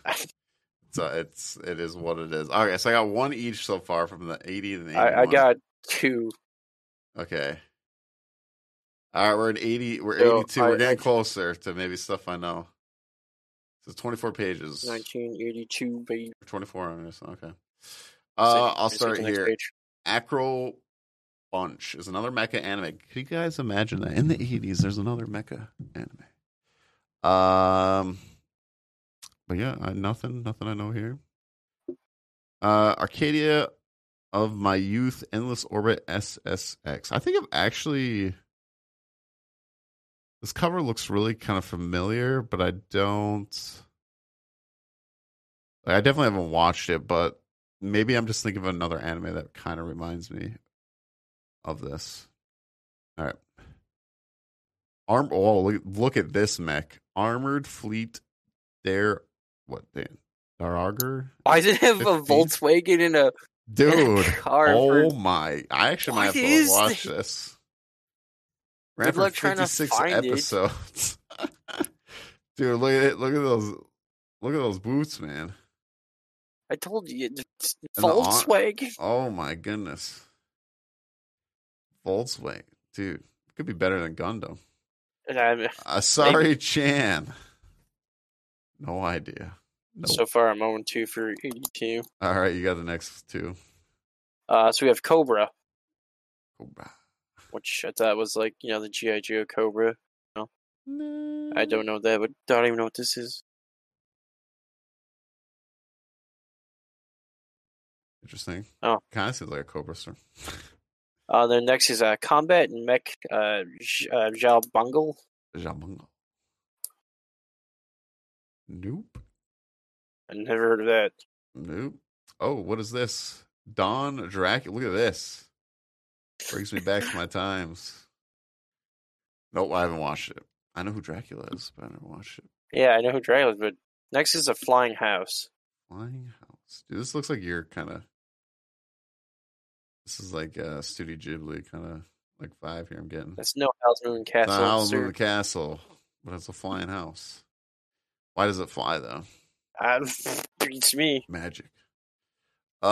Speaker 2: So it's it is what it is. Okay, so I got one each so far from the eighty and the
Speaker 1: I, I
Speaker 2: 81.
Speaker 1: got two.
Speaker 2: Okay. All right, we're at eighty. We're
Speaker 1: So,
Speaker 2: eighty-two. we're
Speaker 1: I-
Speaker 2: getting closer to maybe stuff I know. So twenty-four pages.
Speaker 1: 1982 by
Speaker 2: Twenty-four. I guess. Okay. Uh, I'll
Speaker 1: Just
Speaker 2: start
Speaker 1: hit the next
Speaker 2: here.
Speaker 1: page.
Speaker 2: Acro Bunch is another mecha anime. Could you guys imagine that in the eighties? There's another mecha anime. Um, but yeah, I, nothing, nothing I know here. Uh, Arcadia of my youth, endless orbit SSX. I think I've actually. This cover looks really kind of familiar, but I don't. I definitely haven't watched it, but maybe I'm just thinking of another anime that kind of reminds me of this. All right. Arm. Oh, look, look at this mech. Armored Fleet. There. What? Dan? Darager?
Speaker 1: Why did it have a
Speaker 2: 15?
Speaker 1: Volkswagen in a, in a
Speaker 2: Dude.
Speaker 1: car?
Speaker 2: Oh
Speaker 1: for-
Speaker 2: my! I actually
Speaker 1: What
Speaker 2: might have to
Speaker 1: is
Speaker 2: watch this. We're
Speaker 1: Good
Speaker 2: at
Speaker 1: luck trying to
Speaker 2: 56
Speaker 1: find it.
Speaker 2: episodes. Dude, look at look at those look at those boots, man.
Speaker 1: I told you, it's
Speaker 2: And the ar-
Speaker 1: Volkswagen.
Speaker 2: Oh my goodness. Volkswagen, dude, could be better than Gundam.
Speaker 1: And I'm,
Speaker 2: Asari Chan. No idea. Nope.
Speaker 1: So far, I'm 0 2 for 82.
Speaker 2: All right, you got the next two.
Speaker 1: Uh, so we have Cobra,
Speaker 2: Cobra.
Speaker 1: which I thought was like, you know, the G.I. Joe Cobra. I don't know that, but don't even know what this is.
Speaker 2: Interesting.
Speaker 1: Oh.
Speaker 2: kind of seems like a Cobra sir.
Speaker 1: Uh, then next is uh, Combat and Mech uh, J- uh, Zhao Bungle.
Speaker 2: Jamungo. Nope.
Speaker 1: I never heard of that.
Speaker 2: Nope. Oh, what is this? Don Dracula. Look at this. Brings me back to my times. Nope, I haven't watched it. I know who Dracula is, but I never watched it.
Speaker 1: Yeah, I know who Dracula is, but next is a Flying House.
Speaker 2: Flying House. Dude, this looks like your kind of. This is like uh Studio Ghibli kind of like vibe here. I'm getting.
Speaker 1: That's no House Moon Castle.
Speaker 2: It's not Howl's
Speaker 1: sir.
Speaker 2: Moving Castle, but it's a flying house. Why does it fly though?
Speaker 1: Um, beats me.
Speaker 2: Magic. Uh,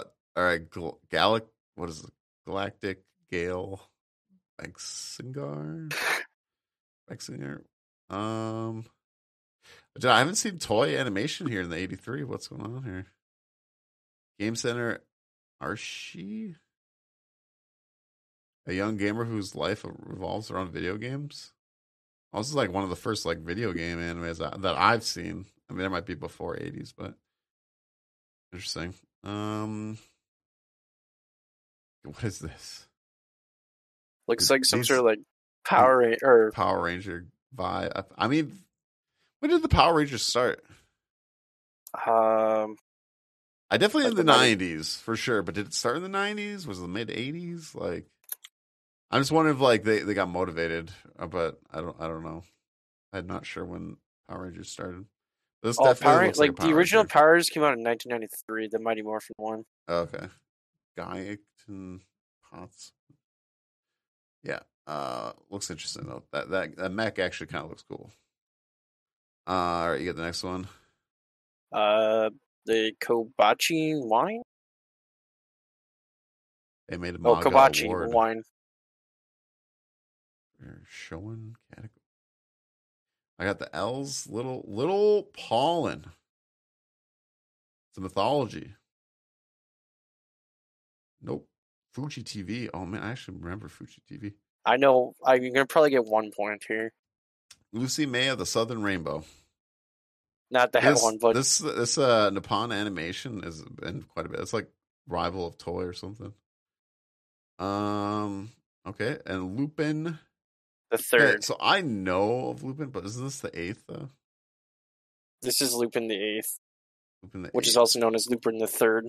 Speaker 2: all right. Uh, Gal- Galactic. What is it? Galactic Gale Exingar. Exingar. Um, dude, I haven't seen toy animation here in the '83. What's going on here? Game Center. Archie. A young gamer whose life revolves around video games. Well, This is like one of the first like video game animes that that I've seen. I mean, there might be before '80s, but interesting. Um, what is this
Speaker 1: Looks
Speaker 2: Th-
Speaker 1: like some
Speaker 2: these- Hmm.
Speaker 1: sort of like power Ra- or
Speaker 2: Power Ranger vibe? I- I mean, when did the Power Rangers start?
Speaker 1: um
Speaker 2: I definitely
Speaker 1: Like
Speaker 2: in the
Speaker 1: the nineties.
Speaker 2: '90s for sure, but did it start in the '90s? Was it the mid '80s? Like, I'm just wondering if like they they got motivated, uh, but I don't I don't know. I'm not sure when Power Rangers started. This
Speaker 1: oh,
Speaker 2: definitely
Speaker 1: power, like,
Speaker 2: looks like, a
Speaker 1: the
Speaker 2: Power
Speaker 1: original
Speaker 2: Ranger.
Speaker 1: Power Rangers came out in 1993, the Mighty Morphin one.
Speaker 2: Okay. Guyton Potts. Yeah. Uh looks interesting though. That that that mech actually kind of looks cool. Uh, all right, you get the next one.
Speaker 1: Uh, the Kobachi wine.
Speaker 2: They made a
Speaker 1: Oh,
Speaker 2: manga
Speaker 1: Kobachi
Speaker 2: award.
Speaker 1: wine.
Speaker 2: They're showing category. I got the L's little little pollen. It's a mythology. Nope. Fuji TV. Oh man, I actually remember Fuji TV.
Speaker 1: I know I'm gonna probably get one point here.
Speaker 2: Lucy May of the Southern Rainbow.
Speaker 1: Not that
Speaker 2: this,
Speaker 1: one, but
Speaker 2: this this uh Nippon animation has been quite a bit. It's like rival of toy or something. Um Okay, and Lupin.
Speaker 1: The third.
Speaker 2: Okay, so I know of Lupin, but isn't this the eighth though?
Speaker 1: This is Lupin the Eighth,
Speaker 2: Lupin the
Speaker 1: which is
Speaker 2: Eighth.
Speaker 1: also known as Lupin the Third.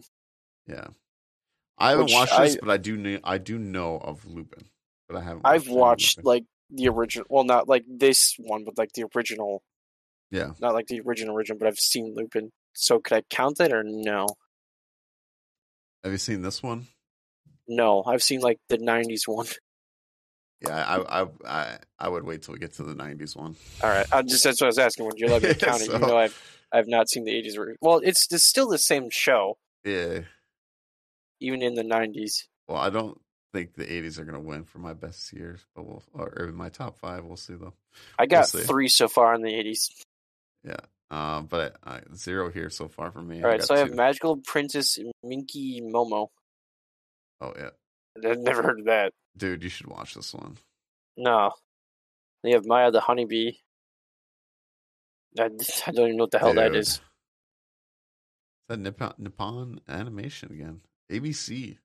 Speaker 2: yeah. I haven't
Speaker 1: Which
Speaker 2: watched
Speaker 1: I-
Speaker 2: this, but I do know I do know of Lupin, but I haven't.
Speaker 1: I've
Speaker 2: any
Speaker 1: watched
Speaker 2: Lupin.
Speaker 1: like the original, well, not like this one, but like the original,
Speaker 2: yeah,
Speaker 1: not like the original original, but I've seen Lupin. So could I count that or no?
Speaker 2: have you seen this one?
Speaker 1: No, I've seen like the '90s one.
Speaker 2: Yeah, I I I, I would wait till we get to the '90s one.
Speaker 1: All right, I just that's what I was asking. When you let me count it,
Speaker 2: So-
Speaker 1: you know I've I've not seen the '80s. ver- Well, it's it's still the same show,
Speaker 2: Yeah.
Speaker 1: even in the '90s.
Speaker 2: Well, I don't think the 80s are going to win for my best years, but we'll or, or my top five. We'll see though.
Speaker 1: I got
Speaker 2: see.
Speaker 1: three so far in the '80s.
Speaker 2: Uh, but uh, zero here so far for me.
Speaker 1: All right,
Speaker 2: got
Speaker 1: so I have
Speaker 2: two.
Speaker 1: Magical Princess Minky Momo.
Speaker 2: Oh yeah,
Speaker 1: I've never heard of that.
Speaker 2: dude, you should watch this one.
Speaker 1: No. They have Maya the Honeybee. I, I don't even know what the hell that
Speaker 2: Dude.
Speaker 1: is.
Speaker 2: That Nippon, Nippon Animation again. ABC.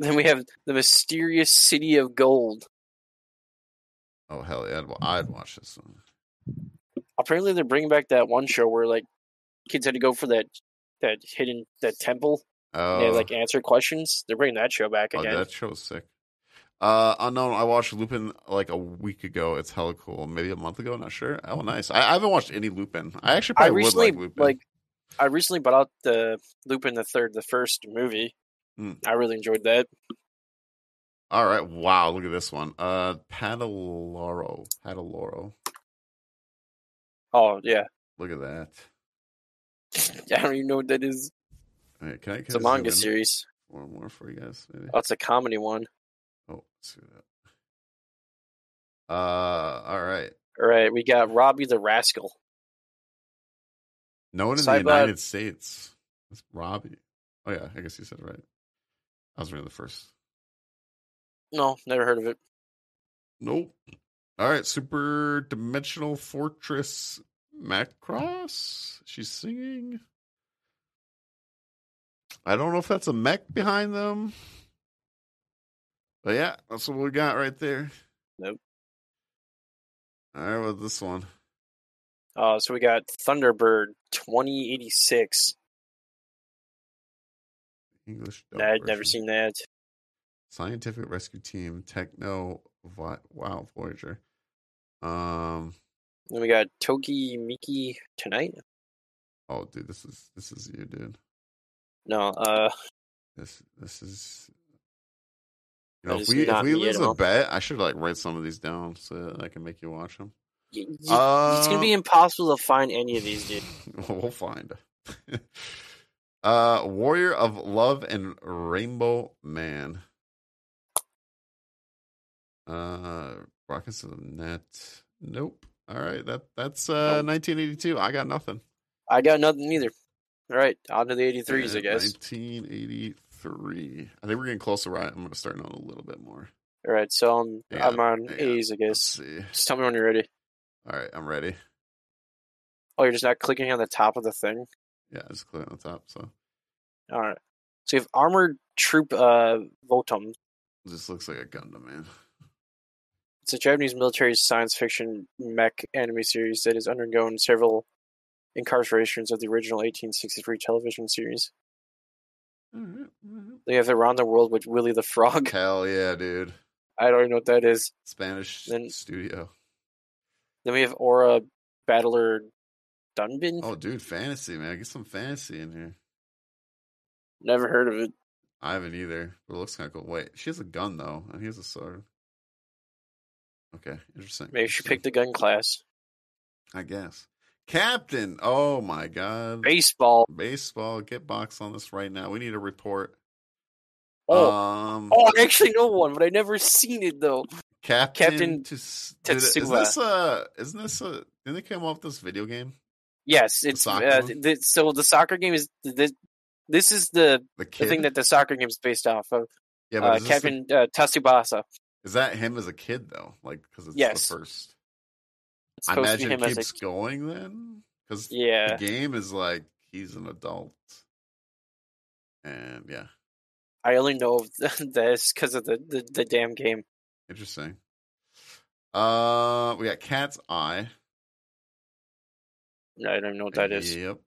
Speaker 1: Then we have the mysterious city of gold.
Speaker 2: Oh hell yeah, I'd, wa- I'd watch this one.
Speaker 1: Apparently, they're bringing back that one show where like kids had to go for that that hidden that temple
Speaker 2: Oh,
Speaker 1: and they like answer questions. They're bringing that show back
Speaker 2: oh
Speaker 1: again.
Speaker 2: that show's sick. Uh, unknown. I watched Lupin like a week ago. It's hella cool. Maybe a month ago. Not sure. Oh, nice. I, I haven't watched any Lupin. I actually
Speaker 1: I
Speaker 2: probably would
Speaker 1: recently
Speaker 2: like
Speaker 1: like,
Speaker 2: Lupin.
Speaker 1: I recently bought out the Lupin the Third, the first movie.
Speaker 2: Hmm.
Speaker 1: I really enjoyed that.
Speaker 2: All right. Wow. Look at this one. Uh, Padaloro. Padaloro.
Speaker 1: Oh yeah,
Speaker 2: Look at that.
Speaker 1: I don't even know what that is.
Speaker 2: All right, can I? Can
Speaker 1: It's a
Speaker 2: I zoom
Speaker 1: manga
Speaker 2: in
Speaker 1: series.
Speaker 2: One more for you guys. Maybe.
Speaker 1: Oh, it's a comedy one.
Speaker 2: Oh, let's do that. Uh, all right.
Speaker 1: All right, we got Robbie the Rascal.
Speaker 2: No one in
Speaker 1: So
Speaker 2: the
Speaker 1: I bought-
Speaker 2: United States. It's Robbie. Oh yeah, I guess you said it right. I was reading the first.
Speaker 1: No, never heard of it.
Speaker 2: Nope. All right, Super Dimensional Fortress Macross. She's singing. I don't know if that's a mech behind them. But yeah, that's what we got right there.
Speaker 1: Nope.
Speaker 2: All right, with this one.
Speaker 1: Uh, so we got Thunderbird 2086.
Speaker 2: English. dub
Speaker 1: Nah, I'd never
Speaker 2: version.
Speaker 1: seen that.
Speaker 2: Scientific Rescue Team, Techno, Vi- Wow, Voyager. Um,
Speaker 1: Then we got Toki Miki tonight.
Speaker 2: oh, dude, this is this is you, dude.
Speaker 1: No, uh,
Speaker 2: This this is.
Speaker 1: That
Speaker 2: You know, if
Speaker 1: is
Speaker 2: we if
Speaker 1: not
Speaker 2: we
Speaker 1: me at
Speaker 2: lose a
Speaker 1: all.
Speaker 2: bet, I should like write some of these down so that I can make you watch them.
Speaker 1: y- y- it's
Speaker 2: Uh,
Speaker 1: gonna be impossible to find any of these, dude.
Speaker 2: we'll find. uh, Warrior of Love and Rainbow Man. Uh, Rockets of the Net. Nope. All right, that that's uh
Speaker 1: Nope.
Speaker 2: 1982. I got nothing.
Speaker 1: I got nothing either. All right, on to the 83s, I
Speaker 2: Yeah,
Speaker 1: guess.
Speaker 2: 1983. I think we're getting close to right. I'm gonna start on a little bit more.
Speaker 1: All right, so I'm
Speaker 2: Yeah,
Speaker 1: I'm on
Speaker 2: yeah.
Speaker 1: A's, I
Speaker 2: Let's
Speaker 1: guess.
Speaker 2: see.
Speaker 1: Just tell me when you're ready.
Speaker 2: All right, I'm ready.
Speaker 1: Oh, you're just not clicking on the top of the thing.
Speaker 2: Yeah, I just click on the top. So
Speaker 1: All right. So you have Armored Troop uh, Votum.
Speaker 2: this looks like a Gundam man.
Speaker 1: It's a Japanese military science fiction mech anime series that has undergone several incarcerations of the original 1863 television series.
Speaker 2: All right, all right.
Speaker 1: They have Around the World with Willy the Frog.
Speaker 2: Hell yeah, dude.
Speaker 1: I don't even know what that is.
Speaker 2: Spanish
Speaker 1: Then-
Speaker 2: studio.
Speaker 1: Then we have Aura Battler Dunbin.
Speaker 2: Oh, dude, fantasy, man. Get some fantasy in here.
Speaker 1: Never heard of it.
Speaker 2: I haven't either, but it looks kind of cool. Wait, she has a gun, though, and he has a sword. Okay, interesting.
Speaker 1: Maybe she
Speaker 2: interesting.
Speaker 1: picked the gun class.
Speaker 2: I guess. Captain! Oh, my God.
Speaker 1: Baseball.
Speaker 2: Baseball, get box on this right now. We need a report.
Speaker 1: Oh,
Speaker 2: um,
Speaker 1: oh, I actually know one, but I never seen it though.
Speaker 2: Captain,
Speaker 1: Captain
Speaker 2: Tus- dude, Is
Speaker 1: Tetsuya.
Speaker 2: this a, isn't this a, didn't they come up with this video game?
Speaker 1: Yes, it's
Speaker 2: soccer
Speaker 1: uh,
Speaker 2: one?
Speaker 1: th- so the soccer game is this. This is the, the
Speaker 2: The kid?
Speaker 1: thing that the soccer game is based off of.
Speaker 2: yeah,
Speaker 1: uh,
Speaker 2: is this the-
Speaker 1: Captain uh, Tsubasa.
Speaker 2: Is that him as a kid though? Like because it's
Speaker 1: Yes.
Speaker 2: the first.
Speaker 1: It's
Speaker 2: I
Speaker 1: supposed
Speaker 2: imagine
Speaker 1: to be him
Speaker 2: it
Speaker 1: as
Speaker 2: keeps
Speaker 1: a
Speaker 2: going then because
Speaker 1: yeah.
Speaker 2: the game is like he's an adult, and yeah,
Speaker 1: I only know of this because of the, the the damn game.
Speaker 2: Interesting. Uh, we got Cat's Eye.
Speaker 1: I don't even know what that is.
Speaker 2: Yep.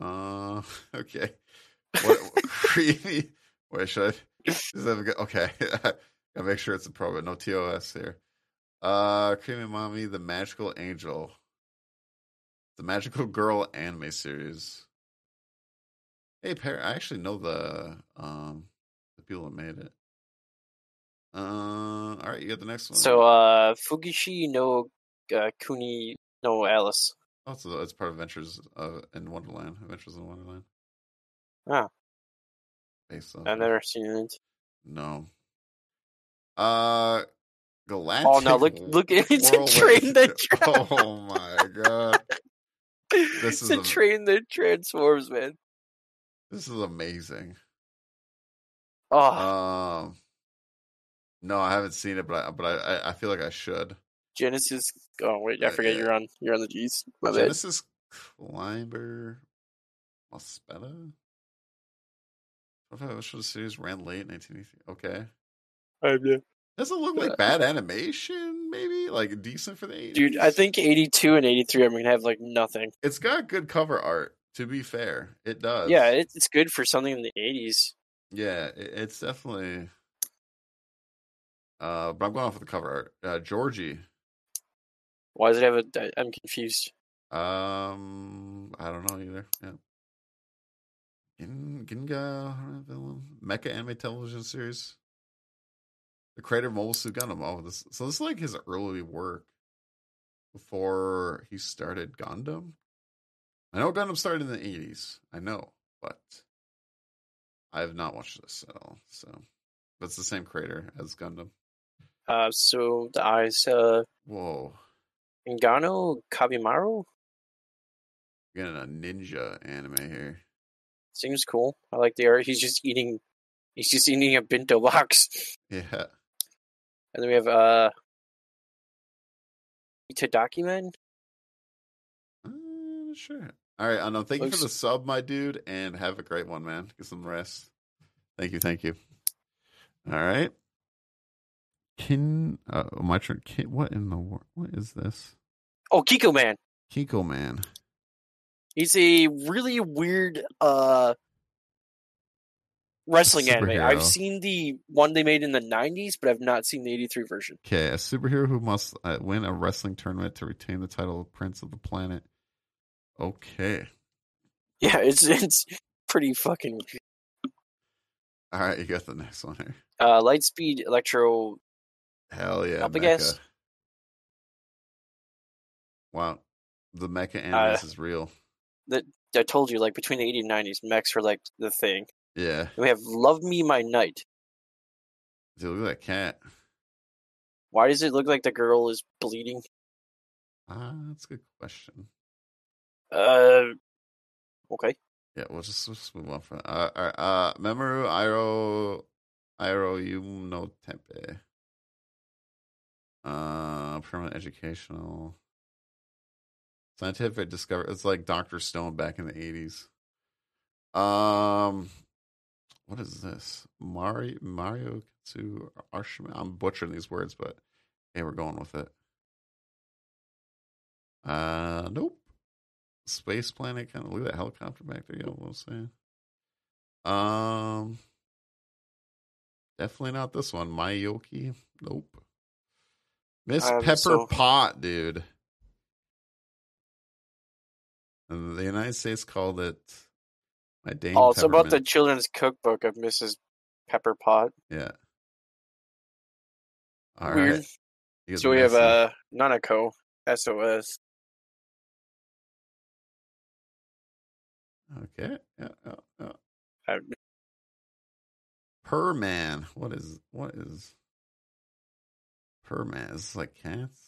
Speaker 2: Uh, okay. What, what- creepy. Wait, should I? Does that have a good, okay. Gotta make sure it's a pro, but no TOS here. Uh, Creamy Mommy, The Magical Angel. The Magical Girl anime series. Hey, Par- I actually know the um the people that made it. Uh, all right, you got the next one.
Speaker 1: So, uh, Fugishi no uh, Kuni no Alice.
Speaker 2: Also, it's part of Adventures uh, in Wonderland. Adventures in Wonderland.
Speaker 1: Ah.
Speaker 2: Based on
Speaker 1: I've never seen it.
Speaker 2: no. Uh, Galactic.
Speaker 1: Oh no! Look, look! It's a
Speaker 2: Whirlwind.
Speaker 1: train that tra-
Speaker 2: Oh my god! this
Speaker 1: it's
Speaker 2: is
Speaker 1: a
Speaker 2: a-
Speaker 1: train that transforms, man.
Speaker 2: This is amazing.
Speaker 1: Oh,
Speaker 2: Um, no, I haven't seen it, but I, but I- I, I feel like I should.
Speaker 1: Genesis. Oh wait, I
Speaker 2: uh,
Speaker 1: forget
Speaker 2: yeah.
Speaker 1: you're on. You're on the G's. My bad.
Speaker 2: Genesis Climber Mospetta? What if I wish the series ran late in 1980? Okay.
Speaker 1: I have no-
Speaker 2: Doesn't look like bad animation, maybe? Like decent for the 80s?
Speaker 1: Dude, I think 82 and 83 I'm going to have like nothing.
Speaker 2: it's got good cover art, to be fair. It does.
Speaker 1: Yeah, it, it's good for something in the 80s.
Speaker 2: Yeah, it, it's definitely. Uh, but I'm going off with the cover art. Uh, Georgie.
Speaker 1: Why does it have a. I- I'm confused.
Speaker 2: Um, I don't know either. Yeah. Gin, Ginga uh, villain? Mecha anime television series. The creator of Mobile Suit Gundam. All of this. So this is like his early work before he started Gundam. I know Gundam started in the eighties. I know, but I have not watched this at all. So, but it's the same creator as Gundam.
Speaker 1: Uh, so the eyes. Uh,
Speaker 2: Whoa,
Speaker 1: Ngano Kabimaru?
Speaker 2: we're getting a ninja anime here.
Speaker 1: Seems cool. I like the art. He's just eating. He's just eating a bento box.
Speaker 2: Yeah.
Speaker 1: And then we have. uh Itadaki Man?
Speaker 2: Uh, sure. All right, Unknown. Thank you
Speaker 1: Looks-
Speaker 2: for the sub, my dude, and have a great one, man. Get some rest. Thank you, thank you. All right. Kin, uh, my turn. Kin, what in the world? What is this?
Speaker 1: Oh, Kiko Man!
Speaker 2: Kinko man.
Speaker 1: He's a really weird uh wrestling anime.
Speaker 2: Superhero.
Speaker 1: I've seen the one they made in the 90s, but I've not seen the 83 version.
Speaker 2: Okay, a superhero who must uh, win a wrestling tournament to retain the title of Prince of the Planet. Okay.
Speaker 1: Yeah, it's it's pretty fucking weird.
Speaker 2: All right, you got the next one here.
Speaker 1: Uh, Lightspeed Electro.
Speaker 2: Hell yeah.
Speaker 1: Up a
Speaker 2: mecha.
Speaker 1: guess.
Speaker 2: Wow. The mecha anime
Speaker 1: Uh,
Speaker 2: is real.
Speaker 1: I told you, like between the 80s and 90s, mechs were like the thing.
Speaker 2: Yeah.
Speaker 1: And we have Love Me My Knight.
Speaker 2: Dude, look at that cat.
Speaker 1: Why does it look like the girl is bleeding?
Speaker 2: Ah, that's a good question.
Speaker 1: Uh, okay.
Speaker 2: Yeah, we'll just, we'll just move on from uh, uh, uh Memoru Iro Iro Yum no Tempe. Uh permanent educational scientific discover it's like Dr. Stone back in the 80s. Um what is this? Mario Mario Katsu Arshima. I'm butchering these words, but hey, we're going with it. Uh nope space planet kind of look at that helicopter back there. You know what I'm saying? Um, definitely not this one. Mayoki, nope. Miss
Speaker 1: Um,
Speaker 2: Pepper
Speaker 1: so-
Speaker 2: Pot, dude. And the United States called it my Dane.
Speaker 1: Oh, it's about the
Speaker 2: Peppermint.
Speaker 1: children's cookbook of Mrs. Pepper Pot.
Speaker 2: yeah. All right.
Speaker 1: Weird.
Speaker 2: You get
Speaker 1: So
Speaker 2: the
Speaker 1: we have
Speaker 2: next one.
Speaker 1: uh, Nanako, SOS.
Speaker 2: okay. Yeah, yeah, yeah.
Speaker 1: Uh,
Speaker 2: Per man. What is what is per man? Is this like cats?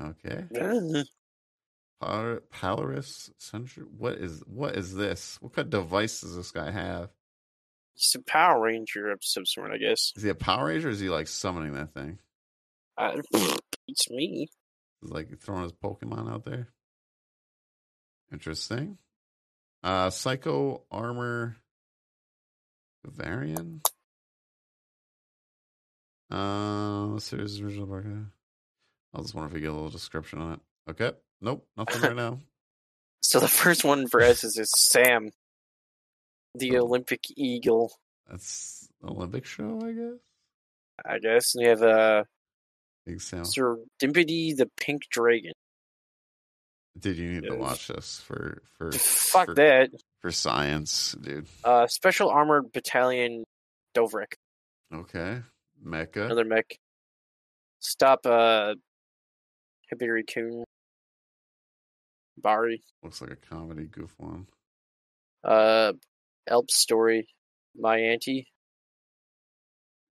Speaker 2: Okay. Pal- Polaris Century. What is what is this? What kind of device does this guy have?
Speaker 1: It's a Power Ranger of some sort, I guess.
Speaker 2: Is he a Power Ranger or is he like summoning that thing?
Speaker 1: Uh, it's me.
Speaker 2: Is he, like throwing his Pokemon out there? Interesting. Uh Psycho Armor Bavarian. Uh, series original Barca. I was wondering if we get a little description on it. Okay. Nope. Nothing right now.
Speaker 1: So the first one for us is, is Sam, the
Speaker 2: Oh.
Speaker 1: Olympic eagle,
Speaker 2: That's Olympic show, I guess.
Speaker 1: I guess. And you have uh,
Speaker 2: Big Sam.
Speaker 1: Sir Dimpity, the pink dragon.
Speaker 2: Did you need to
Speaker 1: Yes.
Speaker 2: watch this for for
Speaker 1: Fuck
Speaker 2: for,
Speaker 1: that.
Speaker 2: for science, dude?
Speaker 1: Uh, Special Armored Battalion Dovrik,
Speaker 2: Okay. Mecca.
Speaker 1: another mech. Stop uh, Hibiri Kun. Bari.
Speaker 2: Looks like a comedy goof one.
Speaker 1: Uh, Elp Story. My Auntie.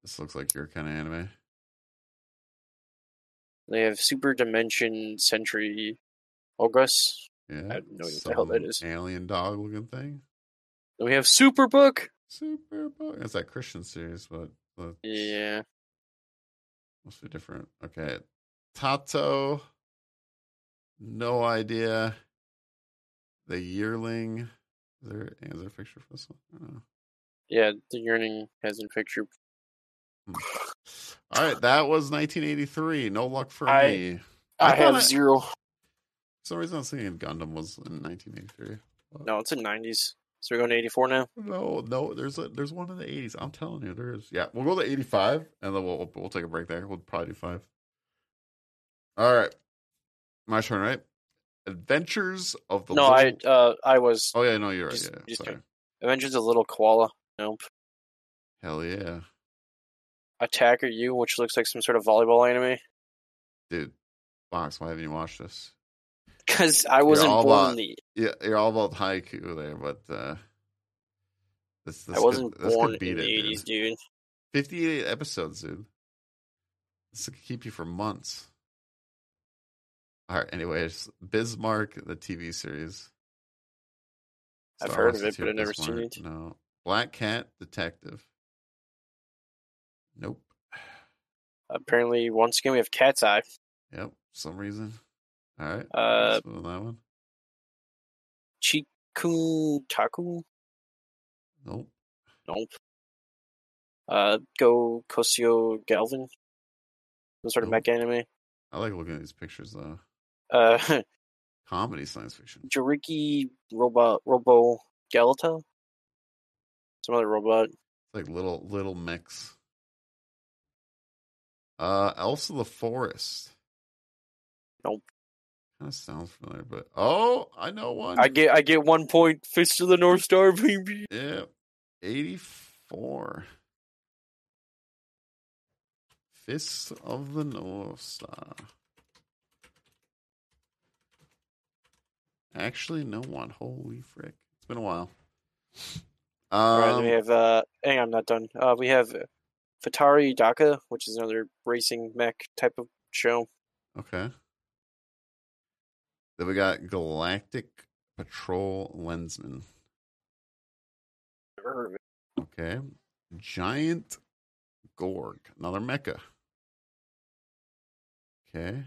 Speaker 2: This looks like your kind of anime.
Speaker 1: They have Super Dimension Sentry Ogres.
Speaker 2: Yeah.
Speaker 1: I have no idea what the hell that
Speaker 2: some
Speaker 1: is.
Speaker 2: Alien dog looking thing.
Speaker 1: Then we have Superbook.
Speaker 2: Super bug. That's that Christian series, but but
Speaker 1: Yeah.
Speaker 2: must be different. Okay. Tato. No idea. The yearling. Is there is there a picture for this one? I don't know.
Speaker 1: Yeah, the yearning has in picture.
Speaker 2: All right, that was 1983. No luck for
Speaker 1: I-
Speaker 2: me. I
Speaker 1: I,
Speaker 2: thought
Speaker 1: have
Speaker 2: I-
Speaker 1: zero.
Speaker 2: For some reason, I was thinking Gundam was in 1983.
Speaker 1: No, it's in nineties. So we're going to eighty four now.
Speaker 2: No, no, there's a there's one in the 80s. I'm telling you, there is. Yeah, we'll go to 85, and then we'll we'll, we'll take a break there. We'll probably do five. All right, my turn, right? Adventures of the
Speaker 1: no,
Speaker 2: Little-
Speaker 1: I uh I was
Speaker 2: Oh yeah, no, you're right.
Speaker 1: just-
Speaker 2: yeah, yeah,
Speaker 1: just
Speaker 2: sorry.
Speaker 1: Avengers of Little Koala. Nope.
Speaker 2: Hell yeah,
Speaker 1: Attacker U, which looks like some sort of volleyball anime.
Speaker 2: dude. Box, why haven't you watched this?
Speaker 1: Because I wasn't
Speaker 2: all
Speaker 1: born
Speaker 2: about-
Speaker 1: the
Speaker 2: Yeah, you're all about haiku there, but uh this, this
Speaker 1: I wasn't
Speaker 2: could, this
Speaker 1: born
Speaker 2: could beat
Speaker 1: in the
Speaker 2: it, dude.
Speaker 1: eighties, dude.
Speaker 2: 58 episodes, dude. This could keep you for months. All right, anyways, Bismarck, the TV series.
Speaker 1: I've
Speaker 2: Star
Speaker 1: heard
Speaker 2: Wars
Speaker 1: of it, but I've
Speaker 2: Institute,
Speaker 1: never seen
Speaker 2: Bismarck,
Speaker 1: it.
Speaker 2: No. Black Cat Detective. Nope.
Speaker 1: Apparently, once again we have Cat's Eye.
Speaker 2: Yep. for Some reason. All right.
Speaker 1: Uh,
Speaker 2: let's move on that one.
Speaker 1: Chiku Taku.
Speaker 2: Nope.
Speaker 1: Nope. Uh, Go Kosio Galvin. Some sort of
Speaker 2: Nope.
Speaker 1: mech anime.
Speaker 2: I like looking at these pictures though.
Speaker 1: Uh.
Speaker 2: Comedy science fiction.
Speaker 1: Jariki Robot Robo Galata? Some other robot.
Speaker 2: It's like little little mix. Uh Elsa the Forest.
Speaker 1: Nope.
Speaker 2: Kind of sounds familiar, but oh, I know one.
Speaker 1: I get I get one point. Fist of the North Star, baby.
Speaker 2: yeah, eighty four. Fists of the North Star. Actually, no one. Holy frick! It's been a while. Um,
Speaker 1: Alright, then we have uh hang on, I'm not done. Uh we have Fatari Daka, which is another racing mech type of show.
Speaker 2: Okay. Then we got Galactic Patrol Lensman.
Speaker 1: Never heard of it.
Speaker 2: Okay. Giant Gorg. Another mecha. Okay.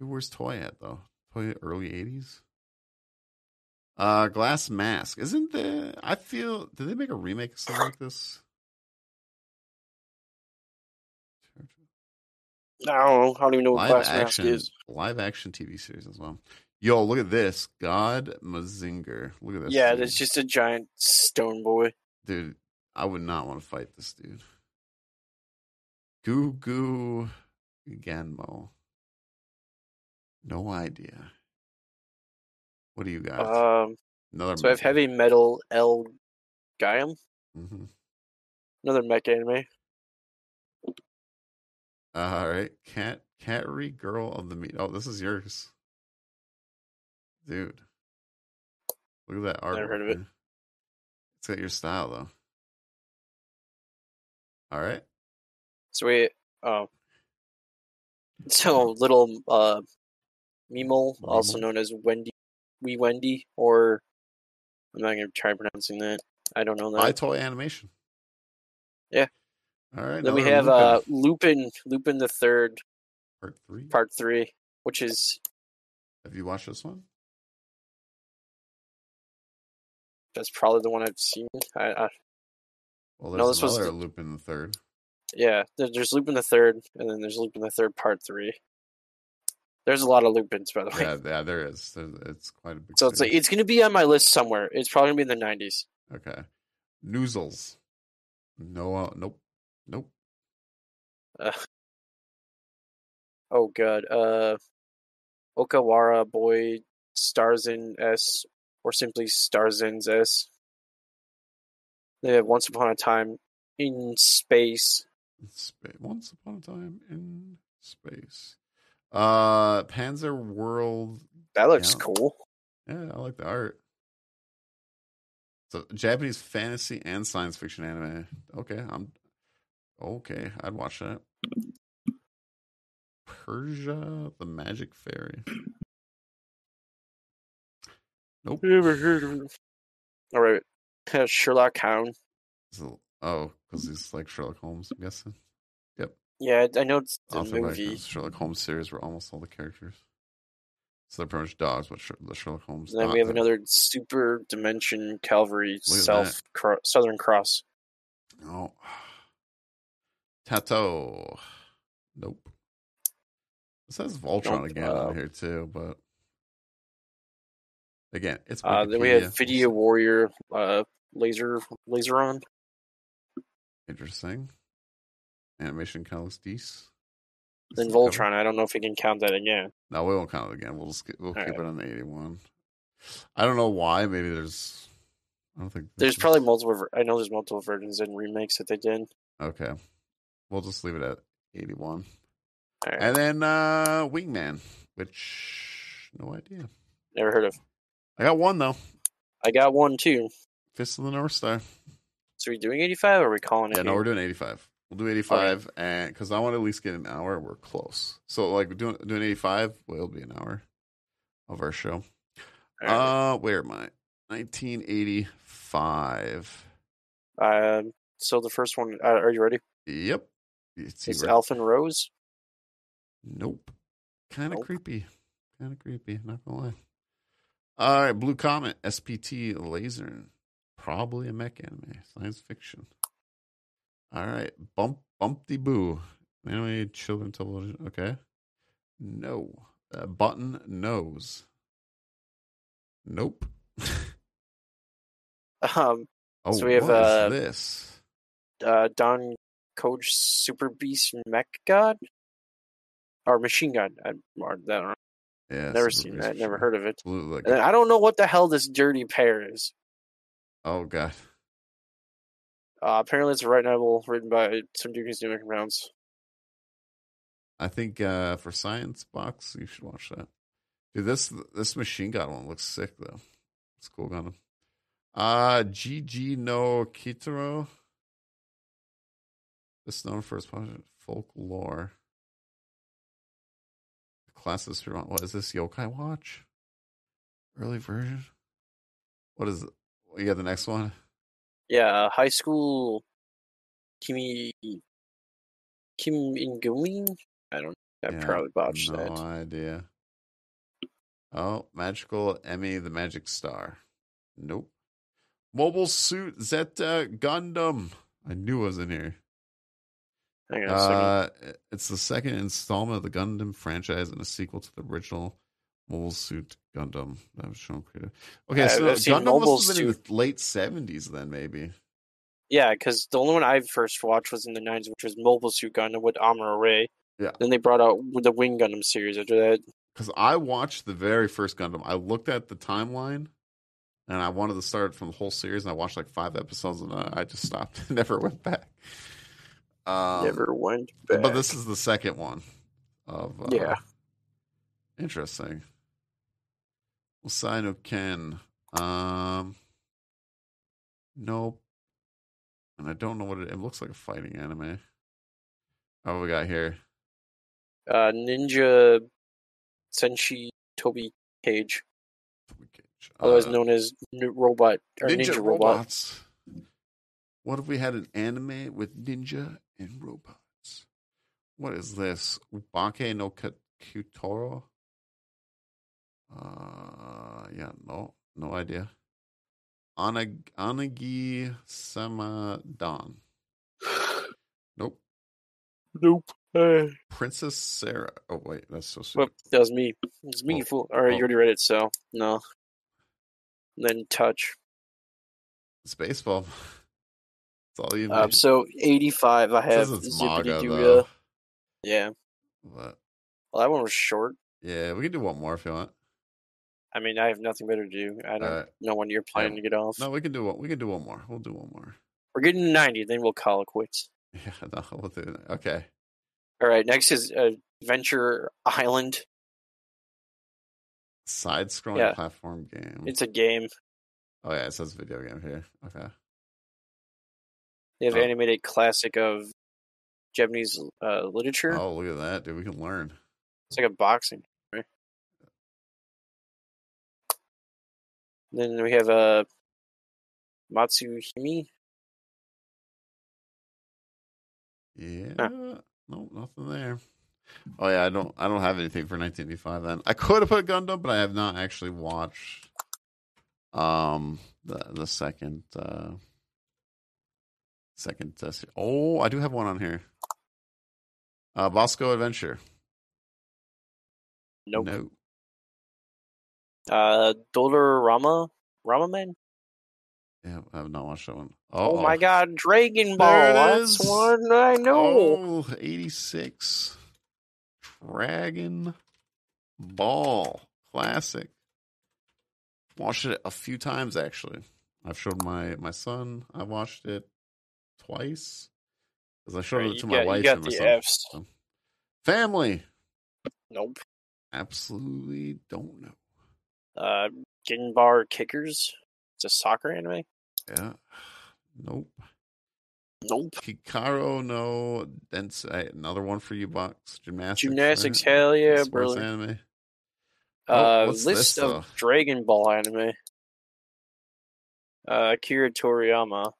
Speaker 2: Dude, where's Toy at though? Toy early 80s? Uh Glass Mask. Isn't the I feel did they make a remake of something like this?
Speaker 1: I don't know. I don't even know what
Speaker 2: live
Speaker 1: Glass
Speaker 2: action,
Speaker 1: Mask is.
Speaker 2: live action TV series as well. Yo, look at this, God Mazinger. Look at this.
Speaker 1: yeah,
Speaker 2: dude.
Speaker 1: that's just a giant stone boy.
Speaker 2: dude. I would not want to fight this dude. Goo Goo Ganmo. No idea. What do you got?
Speaker 1: Um
Speaker 2: Another.
Speaker 1: so I have heavy metal El Gaiam,
Speaker 2: Mhm.
Speaker 1: another mech anime.
Speaker 2: All Uh, right, cat, catry girl of the meat. Oh, this is yours, dude. Look at that art.
Speaker 1: Never heard of it.
Speaker 2: It's got your style though. All right,
Speaker 1: So we oh. So little uh Mimel, also
Speaker 2: Mimel.
Speaker 1: known as Wendy Wee Wendy, or I'm not gonna try pronouncing that. I don't know that.
Speaker 2: my toy animation.
Speaker 1: Yeah.
Speaker 2: All right.
Speaker 1: then we
Speaker 2: another
Speaker 1: have uh
Speaker 2: Lupin,
Speaker 1: Lupin Lupin the Third,
Speaker 2: part three.
Speaker 1: part three, which is
Speaker 2: Have you watched this one?
Speaker 1: that's probably the one I've seen. I, I
Speaker 2: Well,
Speaker 1: No,
Speaker 2: there's
Speaker 1: this was
Speaker 2: another
Speaker 1: the-
Speaker 2: Lupin the third.
Speaker 1: Yeah, there- there's Lupin the Third, and then there's Lupin the Third Part Three. There's a lot of Lupins, by the way.
Speaker 2: Yeah, yeah, there is. There's, it's quite a big.
Speaker 1: So it's e like,
Speaker 2: series.
Speaker 1: it's going to be on my list somewhere. It's probably going to be in the 90s.
Speaker 2: okay. Noozles. No, uh, nope, nope.
Speaker 1: Oh god. Uh Okawara boy Starzin S or simply Starzin's S. They have Once Upon a Time in Space.
Speaker 2: Spa Once upon a time in space. Uh, Panzer World.
Speaker 1: That looks
Speaker 2: Yeah.
Speaker 1: cool.
Speaker 2: Yeah, I like the art. So Japanese fantasy and science fiction anime. Okay, I'm okay. I'd watch that. Persia, the Magic Fairy. Nope.
Speaker 1: Never heard of it. All right. uh, Sherlock Hound.
Speaker 2: So- oh, because he's like Sherlock Holmes. I'm guessing.
Speaker 1: Yeah, I know it's the
Speaker 2: Often back in
Speaker 1: movie.
Speaker 2: the Sherlock Holmes series were almost all the characters. So they're pretty much dogs, but Sher- the Sherlock Holmes.
Speaker 1: And then
Speaker 2: not
Speaker 1: we have
Speaker 2: the-
Speaker 1: another Super Dimension Calvary
Speaker 2: Look at
Speaker 1: South Cro- Southern Cross.
Speaker 2: No. Tato. Nope. It says Voltron
Speaker 1: Nope,
Speaker 2: again
Speaker 1: uh,
Speaker 2: on here too, but again, it's
Speaker 1: Uh, then we
Speaker 2: Wikipedia.
Speaker 1: have Video Warrior uh, Laser Laseron.
Speaker 2: Interesting. Animation kind of looks decent.
Speaker 1: Then
Speaker 2: Is it covered?
Speaker 1: Voltron. I don't know if we can count that again.
Speaker 2: No, we won't count it again. We'll just get, we'll
Speaker 1: All
Speaker 2: keep it on eighty-one. I don't know why. Maybe there's. I don't think
Speaker 1: There's
Speaker 2: this is-
Speaker 1: probably multiple. ver- I know there's multiple versions and remakes that they did.
Speaker 2: Okay, we'll just leave it at eighty-one,
Speaker 1: All right.
Speaker 2: and then uh Wingman, which no idea.
Speaker 1: Never heard of.
Speaker 2: I got one though.
Speaker 1: I got one too.
Speaker 2: Fist of the North Star.
Speaker 1: So we doing 85 or are we calling it?
Speaker 2: Yeah, no,
Speaker 1: here?
Speaker 2: we're doing 85. We'll do 85 and because I want to at least get an hour. We're close. So like doing doing 85 will be an hour of our show.
Speaker 1: All right.
Speaker 2: Uh where am I? 1985. uh,
Speaker 1: Um, so the first one. Uh, are you ready?
Speaker 2: Yep. It's
Speaker 1: It's Alpha and Rose.
Speaker 2: Nope. Kind of
Speaker 1: Nope.
Speaker 2: creepy. Kind of creepy, not gonna lie. All right, Blue Comet, SPT laser. Probably a mech anime, science fiction. All right, Bump Bumpty Boo. Anime children television. Okay. No. Uh, button nose. Nope.
Speaker 1: Um,
Speaker 2: Oh,
Speaker 1: So we have,
Speaker 2: what is
Speaker 1: uh,
Speaker 2: this?
Speaker 1: uh, Don Coach Super Beast Mech God or Machine God. I marked that wrong.
Speaker 2: Yeah,
Speaker 1: never
Speaker 2: Super
Speaker 1: seen
Speaker 2: Beast
Speaker 1: that. Never
Speaker 2: Machine.
Speaker 1: heard of it.
Speaker 2: Blue, like,
Speaker 1: And then I don't know what the hell this dirty pair is.
Speaker 2: oh god.
Speaker 1: Uh, apparently, it's a right novel written by some dude who's doing rounds.
Speaker 2: I think uh for Science Box, you should watch that. Dude, this this machine gun one looks sick though. It's cool gun. Uh GG no Kitaro. This known for its popular folklore. Classes for what is this Yokai Watch? Early version. What is? Yeah, the next one.
Speaker 1: Yeah, uh, high school Kimi Kim Ingumi. I don't. I
Speaker 2: Yeah,
Speaker 1: probably botched
Speaker 2: no
Speaker 1: that.
Speaker 2: idea. Oh, magical Emmy, the magic star. Nope. Mobile suit Zeta Gundam. I knew it was in here.
Speaker 1: Hang on a second.
Speaker 2: Uh, it's the second installment of the Gundam franchise and a sequel to the original Mobile Suit Gundam that was shown creative. Okay,
Speaker 1: Uh,
Speaker 2: so
Speaker 1: I've seen
Speaker 2: Gundam
Speaker 1: Mobile
Speaker 2: must have been in the late seventies then, maybe.
Speaker 1: Yeah, because the only one I first watched was in the '90s, which was Mobile Suit Gundam with Amuro Ray.
Speaker 2: Yeah.
Speaker 1: Then they brought out the Wing Gundam series after that.
Speaker 2: because I watched the very first Gundam. I looked at the timeline, and I wanted to start from the whole series, and I watched like five episodes, and uh, I, I just stopped, and never went back. Um,
Speaker 1: Never went back.
Speaker 2: But this is the second one. Of uh,
Speaker 1: Yeah.
Speaker 2: interesting. Well, sign of Ken. Um, nope. And I don't know what it. It looks like a fighting anime. Oh, we got here.
Speaker 1: uh, Ninja Senshi Toby Cage, otherwise
Speaker 2: Uh,
Speaker 1: known as N- Robot or Ninja, Robot.
Speaker 2: robots. What if we had an anime with ninja and robots? What is this? Ubake no Ka- Kutoro? Uh, yeah, no, no idea. Anag- Anagi Sama Don. Nope.
Speaker 1: Nope. Uh,
Speaker 2: Princess Sarah. Oh wait, that's so soon.
Speaker 1: well, that was me. It was me,
Speaker 2: Oh.
Speaker 1: you fool. All right,
Speaker 2: Oh.
Speaker 1: you already read it, so no. Then touch.
Speaker 2: It's baseball. That's all you need.
Speaker 1: Um, so 85, I
Speaker 2: It
Speaker 1: have
Speaker 2: says it's
Speaker 1: Zippity
Speaker 2: manga
Speaker 1: Doo.
Speaker 2: though.
Speaker 1: Yeah.
Speaker 2: But,
Speaker 1: Well, that one was short.
Speaker 2: yeah, we can do one more if you want.
Speaker 1: I mean, I have nothing better to do. I don't
Speaker 2: Uh,
Speaker 1: know when you're planning to get off.
Speaker 2: No, we can do one. We can do one more. We'll do one more.
Speaker 1: We're getting 90, then we'll call it quits.
Speaker 2: Yeah, no, we'll do that. Okay.
Speaker 1: All right, next is uh, Venture Island.
Speaker 2: Side scrolling
Speaker 1: Yeah.
Speaker 2: platform game.
Speaker 1: It's a game.
Speaker 2: oh yeah, it says video game here. Okay.
Speaker 1: They have
Speaker 2: Oh.
Speaker 1: animated classic of Japanese uh, literature.
Speaker 2: Oh look at that, dude. We can learn.
Speaker 1: It's like a boxing. right? Then we have uh, Matsuhime.
Speaker 2: Yeah.
Speaker 1: Huh.
Speaker 2: No, nothing there. Oh yeah, I don't I don't have anything for 1985 then. I could have put Gundam, but I have not actually watched um the the second uh second uh, se- Oh, I do have one on here. Uh Bosco Adventure.
Speaker 1: Nope.
Speaker 2: No.
Speaker 1: Uh, Dolorama. Rama Man?
Speaker 2: Yeah, I have not watched that one.
Speaker 1: Oh,
Speaker 2: Uh-oh.
Speaker 1: my god, Dragon
Speaker 2: There
Speaker 1: Ball.
Speaker 2: it
Speaker 1: That's
Speaker 2: is.
Speaker 1: one I know.
Speaker 2: Oh, 86 Dragon Ball classic. Watched it a few times actually. I've showed my my son. I watched it twice because I showed
Speaker 1: Alright, you
Speaker 2: it to
Speaker 1: got-
Speaker 2: my
Speaker 1: you
Speaker 2: wife
Speaker 1: got
Speaker 2: and my
Speaker 1: the
Speaker 2: son.
Speaker 1: Fs.
Speaker 2: So, Family,
Speaker 1: Nope.
Speaker 2: absolutely don't know.
Speaker 1: Uh, Ginbar Kickers. It's a soccer anime.
Speaker 2: Yeah, nope.
Speaker 1: Nope.
Speaker 2: Hikaru no Densei. Another one for you, box gymnastics.
Speaker 1: Gymnastics,
Speaker 2: right?
Speaker 1: hell yeah,
Speaker 2: Sports
Speaker 1: bro.
Speaker 2: anime.
Speaker 1: Uh,
Speaker 2: Oh, what's
Speaker 1: list
Speaker 2: this,
Speaker 1: of
Speaker 2: though?
Speaker 1: Dragon Ball anime. Uh, Akira Toriyama.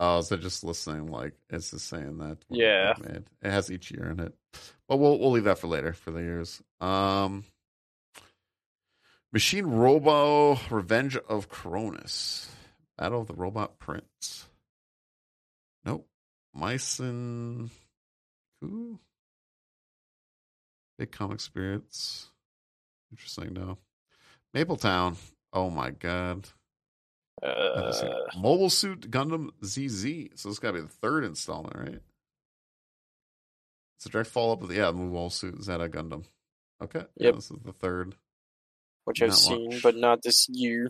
Speaker 2: Oh, so just listening, like it's just saying that. when it
Speaker 1: Yeah.
Speaker 2: was made. it has each year in it. But we'll we'll leave that for later for the years. Um, Machine Robo, Revenge of Cronus, Battle of the Robot Prince. Nope, Myson. Who? Big comic spirits. Interesting though. Mapletown. Oh my god. Not the same.
Speaker 1: Uh,
Speaker 2: Mobile Suit Gundam ZZ. So it's got to be the third installment, right? It's a direct follow up of the yeah, Mobile Suit Zeta Gundam. Okay, yeah,
Speaker 1: Yep.
Speaker 2: this is the third.
Speaker 1: which I've
Speaker 2: Not
Speaker 1: seen,
Speaker 2: much.
Speaker 1: but not this year.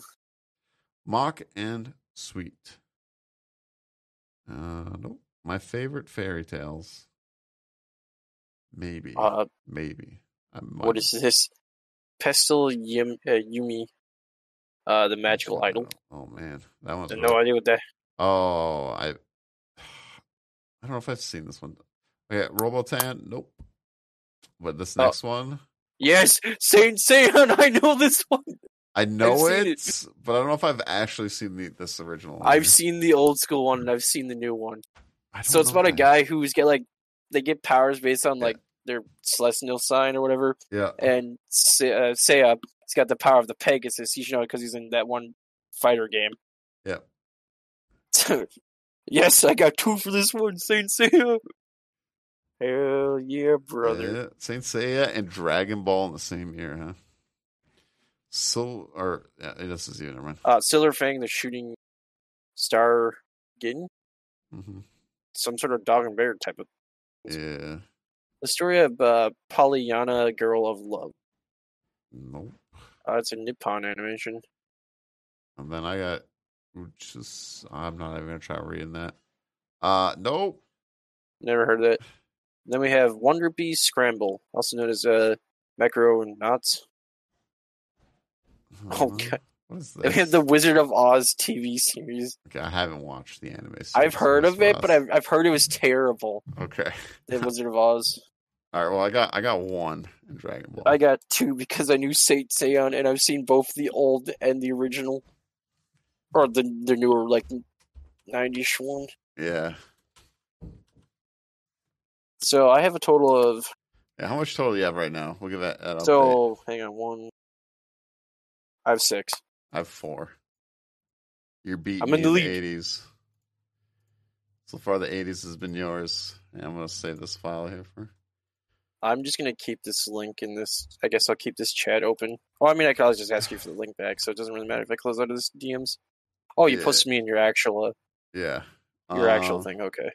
Speaker 2: Mock and Sweet. Uh, nope. My favorite fairy tales. Maybe,
Speaker 1: Uh,
Speaker 2: maybe. I might
Speaker 1: what is this? Pestle Yim, uh, Yumi, uh, the magical idol.
Speaker 2: Oh man, that one's really
Speaker 1: No idea what that.
Speaker 2: Oh, I I don't know if I've seen this one. Okay, Robotan, nope. But this
Speaker 1: Oh.
Speaker 2: next one,
Speaker 1: Yes, Saint Seiya. I know this one.
Speaker 2: I know
Speaker 1: seen
Speaker 2: it,
Speaker 1: it.
Speaker 2: but I don't know if I've actually seen the, this original. one.
Speaker 1: I've seen the old school one, and I've seen the new one.
Speaker 2: I don't
Speaker 1: So it's
Speaker 2: know
Speaker 1: about a
Speaker 2: if I-
Speaker 1: guy who's get like they get powers based on
Speaker 2: Yeah.
Speaker 1: like their celestial sign or whatever.
Speaker 2: Yeah,
Speaker 1: and Se- uh, Seiya, he's got the power of the Pegasus. You should know because he's in that one fighter game.
Speaker 2: Yep.
Speaker 1: yes, I got two for this one, Saint Seiya. Hell yeah, brother!
Speaker 2: yeah, Saint Seiya and Dragon Ball in the same year, huh? So, or yeah, this is you. Never mind.
Speaker 1: Uh, Silver Fang, the shooting star, Gin,
Speaker 2: hmm
Speaker 1: some sort of dog and bear type of.
Speaker 2: Yeah,
Speaker 1: The story of uh, Pollyanna, girl of love.
Speaker 2: nope.
Speaker 1: Uh, it's a Nippon animation.
Speaker 2: And then I got, which is I'm not even gonna try reading that. Uh, nope.
Speaker 1: Never heard of that. Then we have Wonder Bee Scramble, also known as uh, Macro and Knots. Oh,
Speaker 2: Uh,
Speaker 1: God.
Speaker 2: What is
Speaker 1: Then
Speaker 2: this?
Speaker 1: we have the Wizard of Oz TV series.
Speaker 2: Okay, I haven't watched the anime. so
Speaker 1: I've
Speaker 2: it's
Speaker 1: heard
Speaker 2: nice
Speaker 1: of
Speaker 2: for
Speaker 1: it,
Speaker 2: us.
Speaker 1: but I've I've heard it was terrible.
Speaker 2: okay.
Speaker 1: The Wizard of Oz.
Speaker 2: All right. Well, I got I got one in Dragon Ball.
Speaker 1: I got two because I knew Saint Seiya, and I've seen both the old and the original, or the the newer like '90s one.
Speaker 2: yeah.
Speaker 1: So I have a total of
Speaker 2: Yeah, How much total do you have right now? We'll give that. that update.
Speaker 1: so hang on one. I have six.
Speaker 2: I have four. You're beating
Speaker 1: I'm
Speaker 2: me
Speaker 1: in the lead.
Speaker 2: eighties. So far, the 80s has been yours. And I'm going to save this file here for.
Speaker 1: I'm just gonna keep this link in this. I guess I'll keep this chat open. Oh, I mean, I could always just ask you for the link back, so it doesn't really matter if I close out of this DMs. Oh, you
Speaker 2: Yeah.
Speaker 1: posted me in your actual
Speaker 2: Yeah.
Speaker 1: uh, your actual
Speaker 2: Um,
Speaker 1: thing. Okay,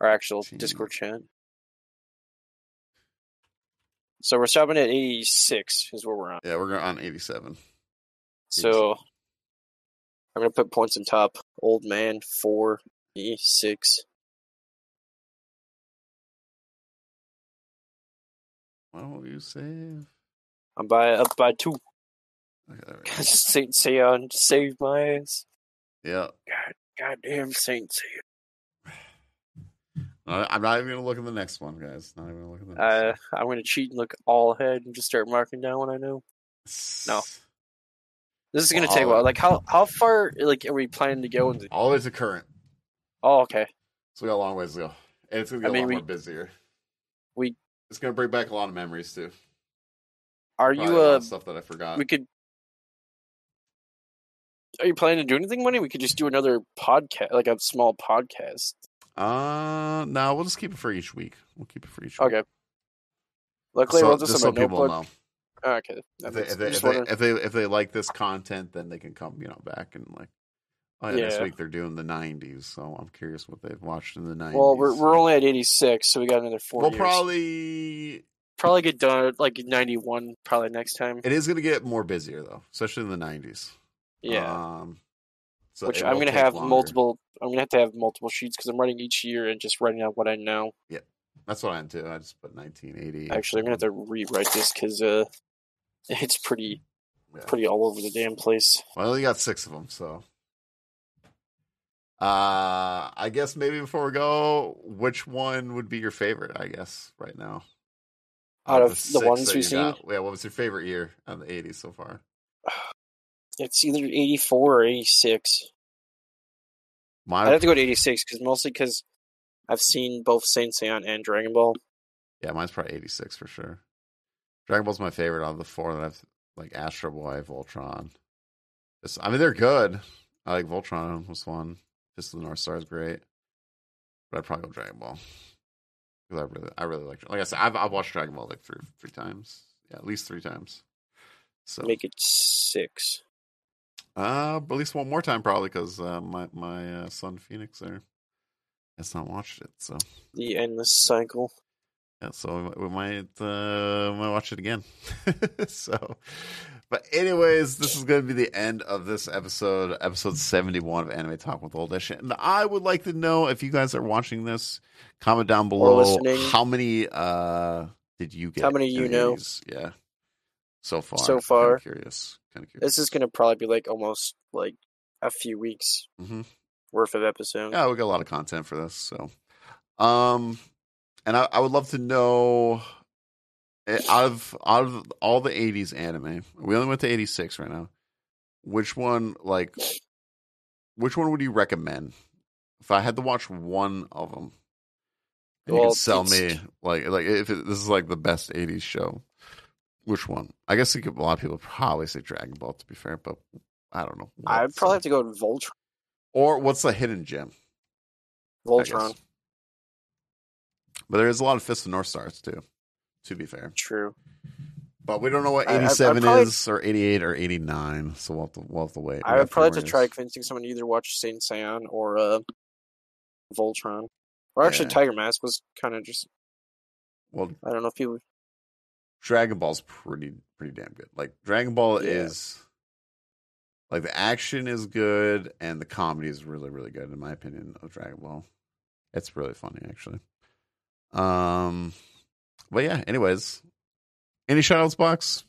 Speaker 1: our actual
Speaker 2: Gee.
Speaker 1: Discord chat. So we're stopping at 86 is where we're on.
Speaker 2: Yeah, we're gonna- on 87.
Speaker 1: So I'm gonna put points in top. Old man four e six.
Speaker 2: Why won't you save?
Speaker 1: I'm by up by two.
Speaker 2: Okay, there we go.
Speaker 1: Just Saint Sion saved my ass.
Speaker 2: Yeah.
Speaker 1: Goddamn Saint Sion.
Speaker 2: I- I'm not even going to look at the next one, guys. Not even gonna look at the next
Speaker 1: Uh, I'm gonna cheat and look all ahead and just start marking down what I know.
Speaker 2: one.
Speaker 1: no. This is gonna take
Speaker 2: Well,
Speaker 1: a
Speaker 2: I'll-
Speaker 1: while. Like how how far like are we planning to go? Into...
Speaker 2: All the way to current.
Speaker 1: Oh, okay.
Speaker 2: So we got a long ways to go. And it's going to
Speaker 1: I
Speaker 2: get a
Speaker 1: mean,
Speaker 2: lot
Speaker 1: we-
Speaker 2: more busier.
Speaker 1: we-
Speaker 2: It's going to bring back a lot of memories, too.
Speaker 1: Are
Speaker 2: Probably
Speaker 1: you
Speaker 2: a lot
Speaker 1: uh?
Speaker 2: of stuff that I forgot.
Speaker 1: We could. Are you planning to do anything, Money? We could just do another podcast, like a small podcast.
Speaker 2: Uh, no, we'll just keep it for each week. We'll keep it for each week.
Speaker 1: Okay. Luckily,
Speaker 2: So,
Speaker 1: we'll just,
Speaker 2: just so
Speaker 1: have a
Speaker 2: people
Speaker 1: notebook.
Speaker 2: know.
Speaker 1: Oh, okay. That
Speaker 2: If they,
Speaker 1: makes-
Speaker 2: if,
Speaker 1: I'm
Speaker 2: they, if,
Speaker 1: just
Speaker 2: they,
Speaker 1: wondering-
Speaker 2: if they if they like this content, then they can come, you know, back and like. Oh yeah, this
Speaker 1: Yeah.
Speaker 2: week they're doing the '90s, so I'm curious what they've watched in the '90s.
Speaker 1: Well, we're we're only at eighty six, so we got another 4
Speaker 2: we'll
Speaker 1: years.
Speaker 2: probably
Speaker 1: probably get done at, like ninety one, probably next time.
Speaker 2: it is going to get more busier though, especially in the '90s.
Speaker 1: Yeah,
Speaker 2: Um, so
Speaker 1: which
Speaker 2: it
Speaker 1: I'm
Speaker 2: will
Speaker 1: gonna
Speaker 2: take
Speaker 1: have
Speaker 2: longer.
Speaker 1: multiple. I'm gonna have to have multiple sheets because I'm writing each year and just writing out what I know.
Speaker 2: That's what I'm doing. I just put 1980.
Speaker 1: Actually, I'm gonna have to rewrite this because uh, it's pretty
Speaker 2: Yeah.
Speaker 1: pretty all over the damn place.
Speaker 2: Well, you got six of them, so. Uh, I guess maybe before we go, which one would be your favorite? I guess right now,
Speaker 1: Out of
Speaker 2: six
Speaker 1: the ones
Speaker 2: that
Speaker 1: we've
Speaker 2: you
Speaker 1: seen,
Speaker 2: got, yeah. What was your favorite year on the '80s so far?
Speaker 1: it's either eighty four or eighty six. I'd
Speaker 2: Mine,
Speaker 1: have to go to eighty six because mostly because I've seen both Saint Seiya and Dragon Ball.
Speaker 2: yeah, mine's probably '86 for sure. Dragon Ball's my favorite out of the four that I've like. Astro Boy, Voltron. Just- I mean, they're good. I like Voltron was one. Fist of the North Star is great, but I'd probably go Dragon Ball because I really, I really like. Like I said, I've, I've watched Dragon Ball like three, three times. Yeah, at least three times. So
Speaker 1: Make it six.
Speaker 2: Uh, but at least one more time, probably, because uh, my my uh, son Phoenix there has not watched it, so
Speaker 1: The endless cycle.
Speaker 2: yeah, so we, we might uh, might watch it again. so, but anyways, this is going to be the end of this episode, episode seventy one of Anime Talk with Old Ish. And I would like to know if you guys are watching this, comment down below
Speaker 1: listening.
Speaker 2: how many uh did you get?
Speaker 1: How many
Speaker 2: in
Speaker 1: you
Speaker 2: the
Speaker 1: know?
Speaker 2: 80s? Yeah, so far.
Speaker 1: So
Speaker 2: Kinda
Speaker 1: far.
Speaker 2: curious. Kind of curious.
Speaker 1: This is gonna probably be like almost like a few weeks
Speaker 2: Mhm.
Speaker 1: worth of episodes.
Speaker 2: yeah, we got a lot of content for this. So, um, and I, I would love to know eh, out of out of all the '80s anime, we only went to '86 right now. Which one, like, which one would you recommend if I had to watch one of them? You
Speaker 1: Well,
Speaker 2: can sell
Speaker 1: it's-
Speaker 2: me like like if it, this is like the best '80s show. Which one? I guess you could, a lot of people probably say Dragon Ball. To be fair, but I don't know.
Speaker 1: I'd
Speaker 2: What's-
Speaker 1: probably have to go with Voltron.
Speaker 2: or what's the hidden gem? I guess.
Speaker 1: Voltron.
Speaker 2: But there is a lot of Fist of North Stars too, to be fair.
Speaker 1: True.
Speaker 2: But we don't know what
Speaker 1: I- I- I'd
Speaker 2: 87
Speaker 1: probably-
Speaker 2: is or 88 or 89, so we'll have to, we'll have to wait.
Speaker 1: I would probably have to try convincing someone to either watch Saint Seiya or uh, Voltron, or actually
Speaker 2: Yeah.
Speaker 1: Tiger Mask was kind of just.
Speaker 2: Well,
Speaker 1: I don't know if people.
Speaker 2: Dragon Ball's pretty pretty damn good. Like Dragon Ball
Speaker 1: Yeah.
Speaker 2: is like the action is good and the comedy is really really good in my opinion of Dragon Ball. It's really funny actually. Um but yeah, anyways, any shout outs box?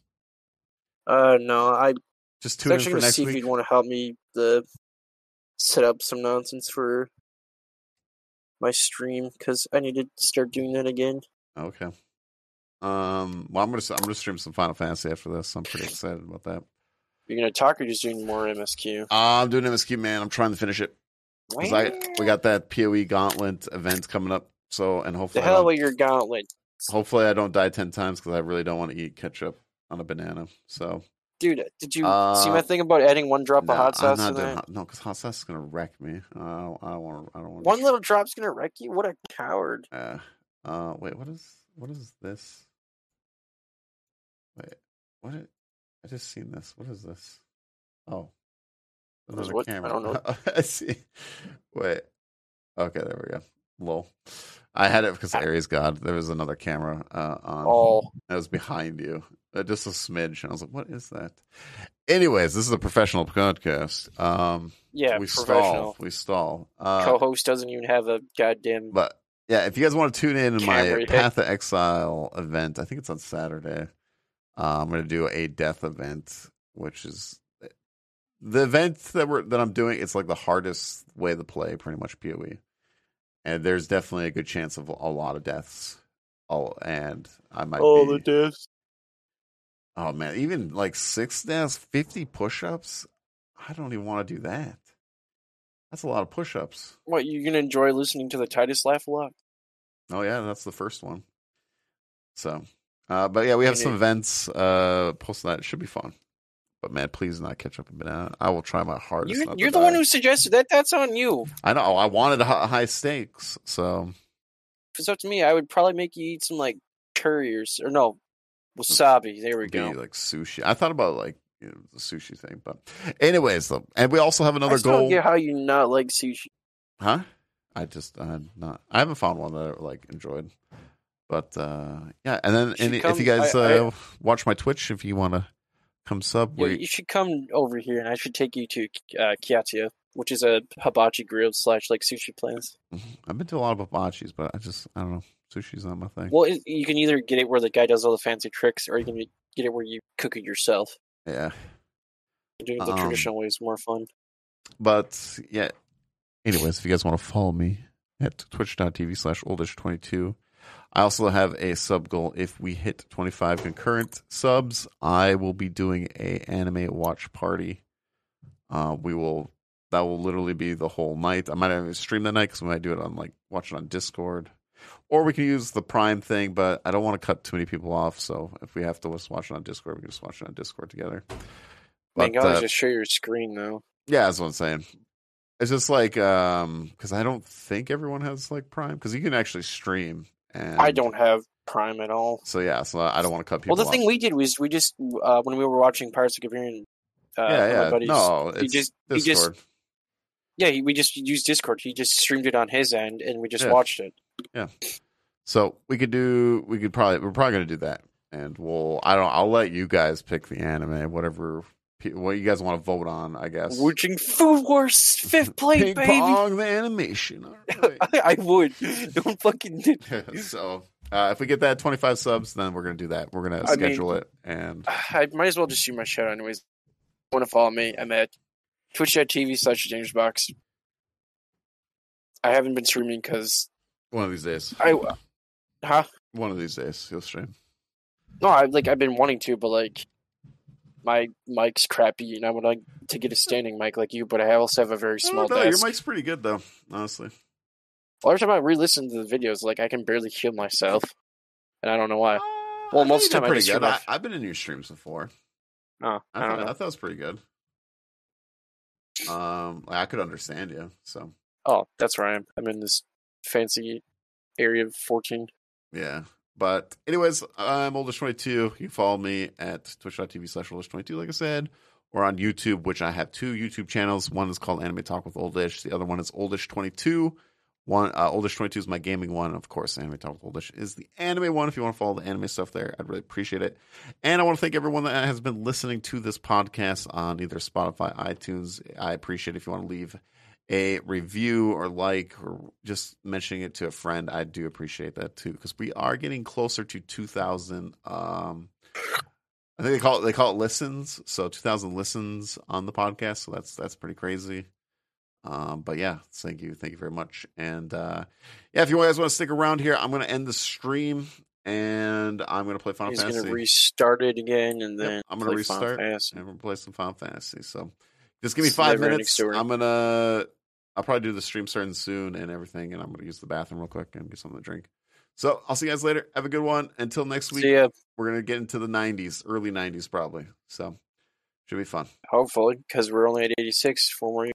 Speaker 1: Uh, no, I was
Speaker 2: Just tune in
Speaker 1: actually
Speaker 2: for
Speaker 1: going to
Speaker 2: next
Speaker 1: see if
Speaker 2: week.
Speaker 1: you'd want to help me the set up some nonsense for my stream because I need to start doing that again.
Speaker 2: Okay. Um. Well, I'm gonna I'm gonna stream some Final Fantasy after this. I'm pretty excited about that.
Speaker 1: You're going to talk or just doing more MSQ?
Speaker 2: Uh, I'm doing MSQ, man. I'm trying to finish it 'Cause I we got that Poe Gauntlet event coming up. So and
Speaker 1: the
Speaker 2: hopefully, I
Speaker 1: hell
Speaker 2: don't,
Speaker 1: with your gauntlet.
Speaker 2: hopefully I don't die ten times because I really don't want to eat ketchup on a banana. So
Speaker 1: Dude, did you
Speaker 2: Uh,
Speaker 1: see my thing about adding one drop
Speaker 2: No,
Speaker 1: of hot sauce
Speaker 2: I'm not
Speaker 1: in
Speaker 2: doing
Speaker 1: there?
Speaker 2: hot- no, because hot sauce is gonna wreck me. I don't, I don't want. I don't want.
Speaker 1: One little drop's gonna wreck you. What a coward!
Speaker 2: Uh, uh, wait, what is what is this? Wait, what? i- I just seen this. What is this? Oh,
Speaker 1: What is what? I don't know.
Speaker 2: I see. Wait. Okay, there we go. Lol. I had it because
Speaker 1: Ah.
Speaker 2: Aries God. There was another camera uh, on.
Speaker 1: Oh,
Speaker 2: That was behind you. Uh, just a smidge. And I was like, what is that? Anyways, this is a professional podcast. Um,
Speaker 1: yeah,
Speaker 2: we
Speaker 1: professional.
Speaker 2: stall. We stall. Uh,
Speaker 1: Co-host doesn't even have a goddamn.
Speaker 2: but yeah, if you guys want to tune in to my
Speaker 1: Camera, yeah.
Speaker 2: Path of Exile event, I think it's on Saturday. Uh, I'm going to do a death event, which is eh, the event that we're that I'm doing. It's like the hardest way to play, pretty much Poe, and there's definitely a good chance of a lot of deaths. Oh, and I might be,
Speaker 1: deaths.
Speaker 2: Oh man, even like six deaths, fifty push-ups. I don't even want to do that. That's a lot of push-ups.
Speaker 1: What you gonna enjoy listening to the Titus laugh a lot?
Speaker 2: Oh yeah, that's the first one. So, uh, but yeah, we have
Speaker 1: And
Speaker 2: some
Speaker 1: it-
Speaker 2: events uh, post that should be fun. But man, please not catch up a banana. I will try my hardest.
Speaker 1: You,
Speaker 2: not to
Speaker 1: you're the one
Speaker 2: die.
Speaker 1: who suggested that. That's on you. If
Speaker 2: I know. I wanted hi- high stakes, so
Speaker 1: it's up to me, I would probably make you eat some like curry or, s- or no wasabi. There we
Speaker 2: it'd Hmm. be
Speaker 1: go.
Speaker 2: like sushi. I thought about like you know, the sushi thing, but anyways, though, and we also have
Speaker 1: I
Speaker 2: another
Speaker 1: still don't
Speaker 2: goal,
Speaker 1: get how you not like sushi.
Speaker 2: huh? I just I'm not. I haven't found one that I like enjoyed. But uh yeah, and then
Speaker 1: should
Speaker 2: and if
Speaker 1: come-
Speaker 2: you guys
Speaker 1: I- I-
Speaker 2: uh, watch my Twitch, if you want to come sub,
Speaker 1: You,
Speaker 2: where
Speaker 1: you should come over here, and I should take you to uh, Kiatio, which is a hibachi grill slash like sushi place.
Speaker 2: Mhm. I've been to a lot of hibachi's, but I just I don't know. Sushi's not my thing.
Speaker 1: Well, it- you can either get it where the guy does all the fancy tricks, or you can get it where you cook it yourself.
Speaker 2: yeah,
Speaker 1: Doing it the
Speaker 2: Um,
Speaker 1: traditional way is more fun.
Speaker 2: but yeah. Anyways, if you guys want to follow me at twitch.tv slash oldish22. I also have a sub goal. If we hit 25 concurrent subs, I will be doing a anime watch party. Uh, we will that will literally be the whole night. I might have a stream that night because we might do it on like watch it on Discord, or we can use the Prime thing. But I don't want to cut too many people off. So if we have to just watch it on Discord, we can just watch it on Discord together.
Speaker 1: I mean, you
Speaker 2: But,
Speaker 1: can
Speaker 2: uh,
Speaker 1: always just share your screen though.
Speaker 2: yeah, that's what I'm saying. It's just like um because I don't think everyone has like Prime because you can actually stream. And
Speaker 1: I don't have Prime at all.
Speaker 2: So yeah, so I don't want to cut people.
Speaker 1: well, the
Speaker 2: off.
Speaker 1: thing we did was we just uh, when we were watching Pirates of the Caribbean, uh, one of my
Speaker 2: yeah, yeah,
Speaker 1: buddies-
Speaker 2: no,
Speaker 1: he
Speaker 2: it's
Speaker 1: just- he just-
Speaker 2: Discord.
Speaker 1: yeah, he, we just used Discord. He just streamed it on his end, and we just
Speaker 2: Yeah.
Speaker 1: watched it.
Speaker 2: So we could do. We could probably. We're probably gonna do that, and we'll. I don't. I'll let you guys pick the anime, whatever. pe- What you guys want to vote on, I guess.
Speaker 1: Watching Food Wars fifth
Speaker 2: Ping
Speaker 1: plate, baby.
Speaker 2: pong the animation. All right.
Speaker 1: I, I would. Don't fucking. do-
Speaker 2: so uh, if we get that 25 subs, then we're gonna do that. We're gonna
Speaker 1: I mean-
Speaker 2: schedule it and
Speaker 1: I might as well just shoot my shot anyways. Want to follow me? I'm at twitch.tv slash jamesbox. I haven't been streaming because
Speaker 2: one of these days.
Speaker 1: I, huh?
Speaker 2: One of these days, you'll stream.
Speaker 1: No, I like I've been wanting to, but like my mic's crappy, and I would like to get a standing mic like you, but I also have a very small
Speaker 2: I don't know,
Speaker 1: desk.
Speaker 2: Oh, Your mic's pretty good though, honestly.
Speaker 1: Well, every time I re-listen to the videos, like I can barely hear myself, and I don't know why.
Speaker 2: I
Speaker 1: Uh, Well,
Speaker 2: think
Speaker 1: most
Speaker 2: Uh, you
Speaker 1: of the
Speaker 2: did
Speaker 1: time I
Speaker 2: pretty
Speaker 1: just
Speaker 2: good.
Speaker 1: turn
Speaker 2: I,
Speaker 1: off-
Speaker 2: I've been in your streams before.
Speaker 1: Oh,
Speaker 2: I,
Speaker 1: I, don't
Speaker 2: thought, I
Speaker 1: know.
Speaker 2: thought it was pretty good. Um, I could understand you. So
Speaker 1: Oh, that's where I am. I'm in this fancy area of 14.
Speaker 2: yeah. But anyways, I'm oldish22. You can follow me at twitch.tv slash oldish22, like I said, or on YouTube, which I have two YouTube channels. One is called Anime Talk with Oldish. The other one is Oldish22. One uh, Oldish22 is my gaming one, of course. Anime Talk with Oldish is the anime one. If you want to follow the anime stuff there, I'd really appreciate it. And I want to thank everyone that has been listening to this podcast on either Spotify, iTunes. I appreciate if you want to leave a review or like or just mentioning it to a friend. I do appreciate that too because we are getting closer to 2,000. Um, I think they call it they call it listens. So 2,000 listens on the podcast. So that's that's pretty crazy. Um, but yeah, thank you, thank you very much. And uh, yeah, if you guys want to stick around here, I'm going to end the stream and I'm going to play Final
Speaker 1: He's
Speaker 2: Fantasy.
Speaker 1: going to restart it again, and
Speaker 2: Oh, Yep,
Speaker 1: then
Speaker 2: I'm gonna
Speaker 1: play Final
Speaker 2: restart.
Speaker 1: Fantasy.
Speaker 2: and we'll play some Final Fantasy. So just give me
Speaker 1: It's a
Speaker 2: five
Speaker 1: never-ending
Speaker 2: minutes.
Speaker 1: story.
Speaker 2: I'm gonna I'll probably do the stream starting soon and everything, and I'm gonna use the bathroom real quick and get something to drink. So I'll see you guys later. Have a good one. Until next week,
Speaker 1: See ya.
Speaker 2: we're gonna get into the nineties, early nineties probably. So Should be fun.
Speaker 1: Hopefully, because we're only at 86 for more years.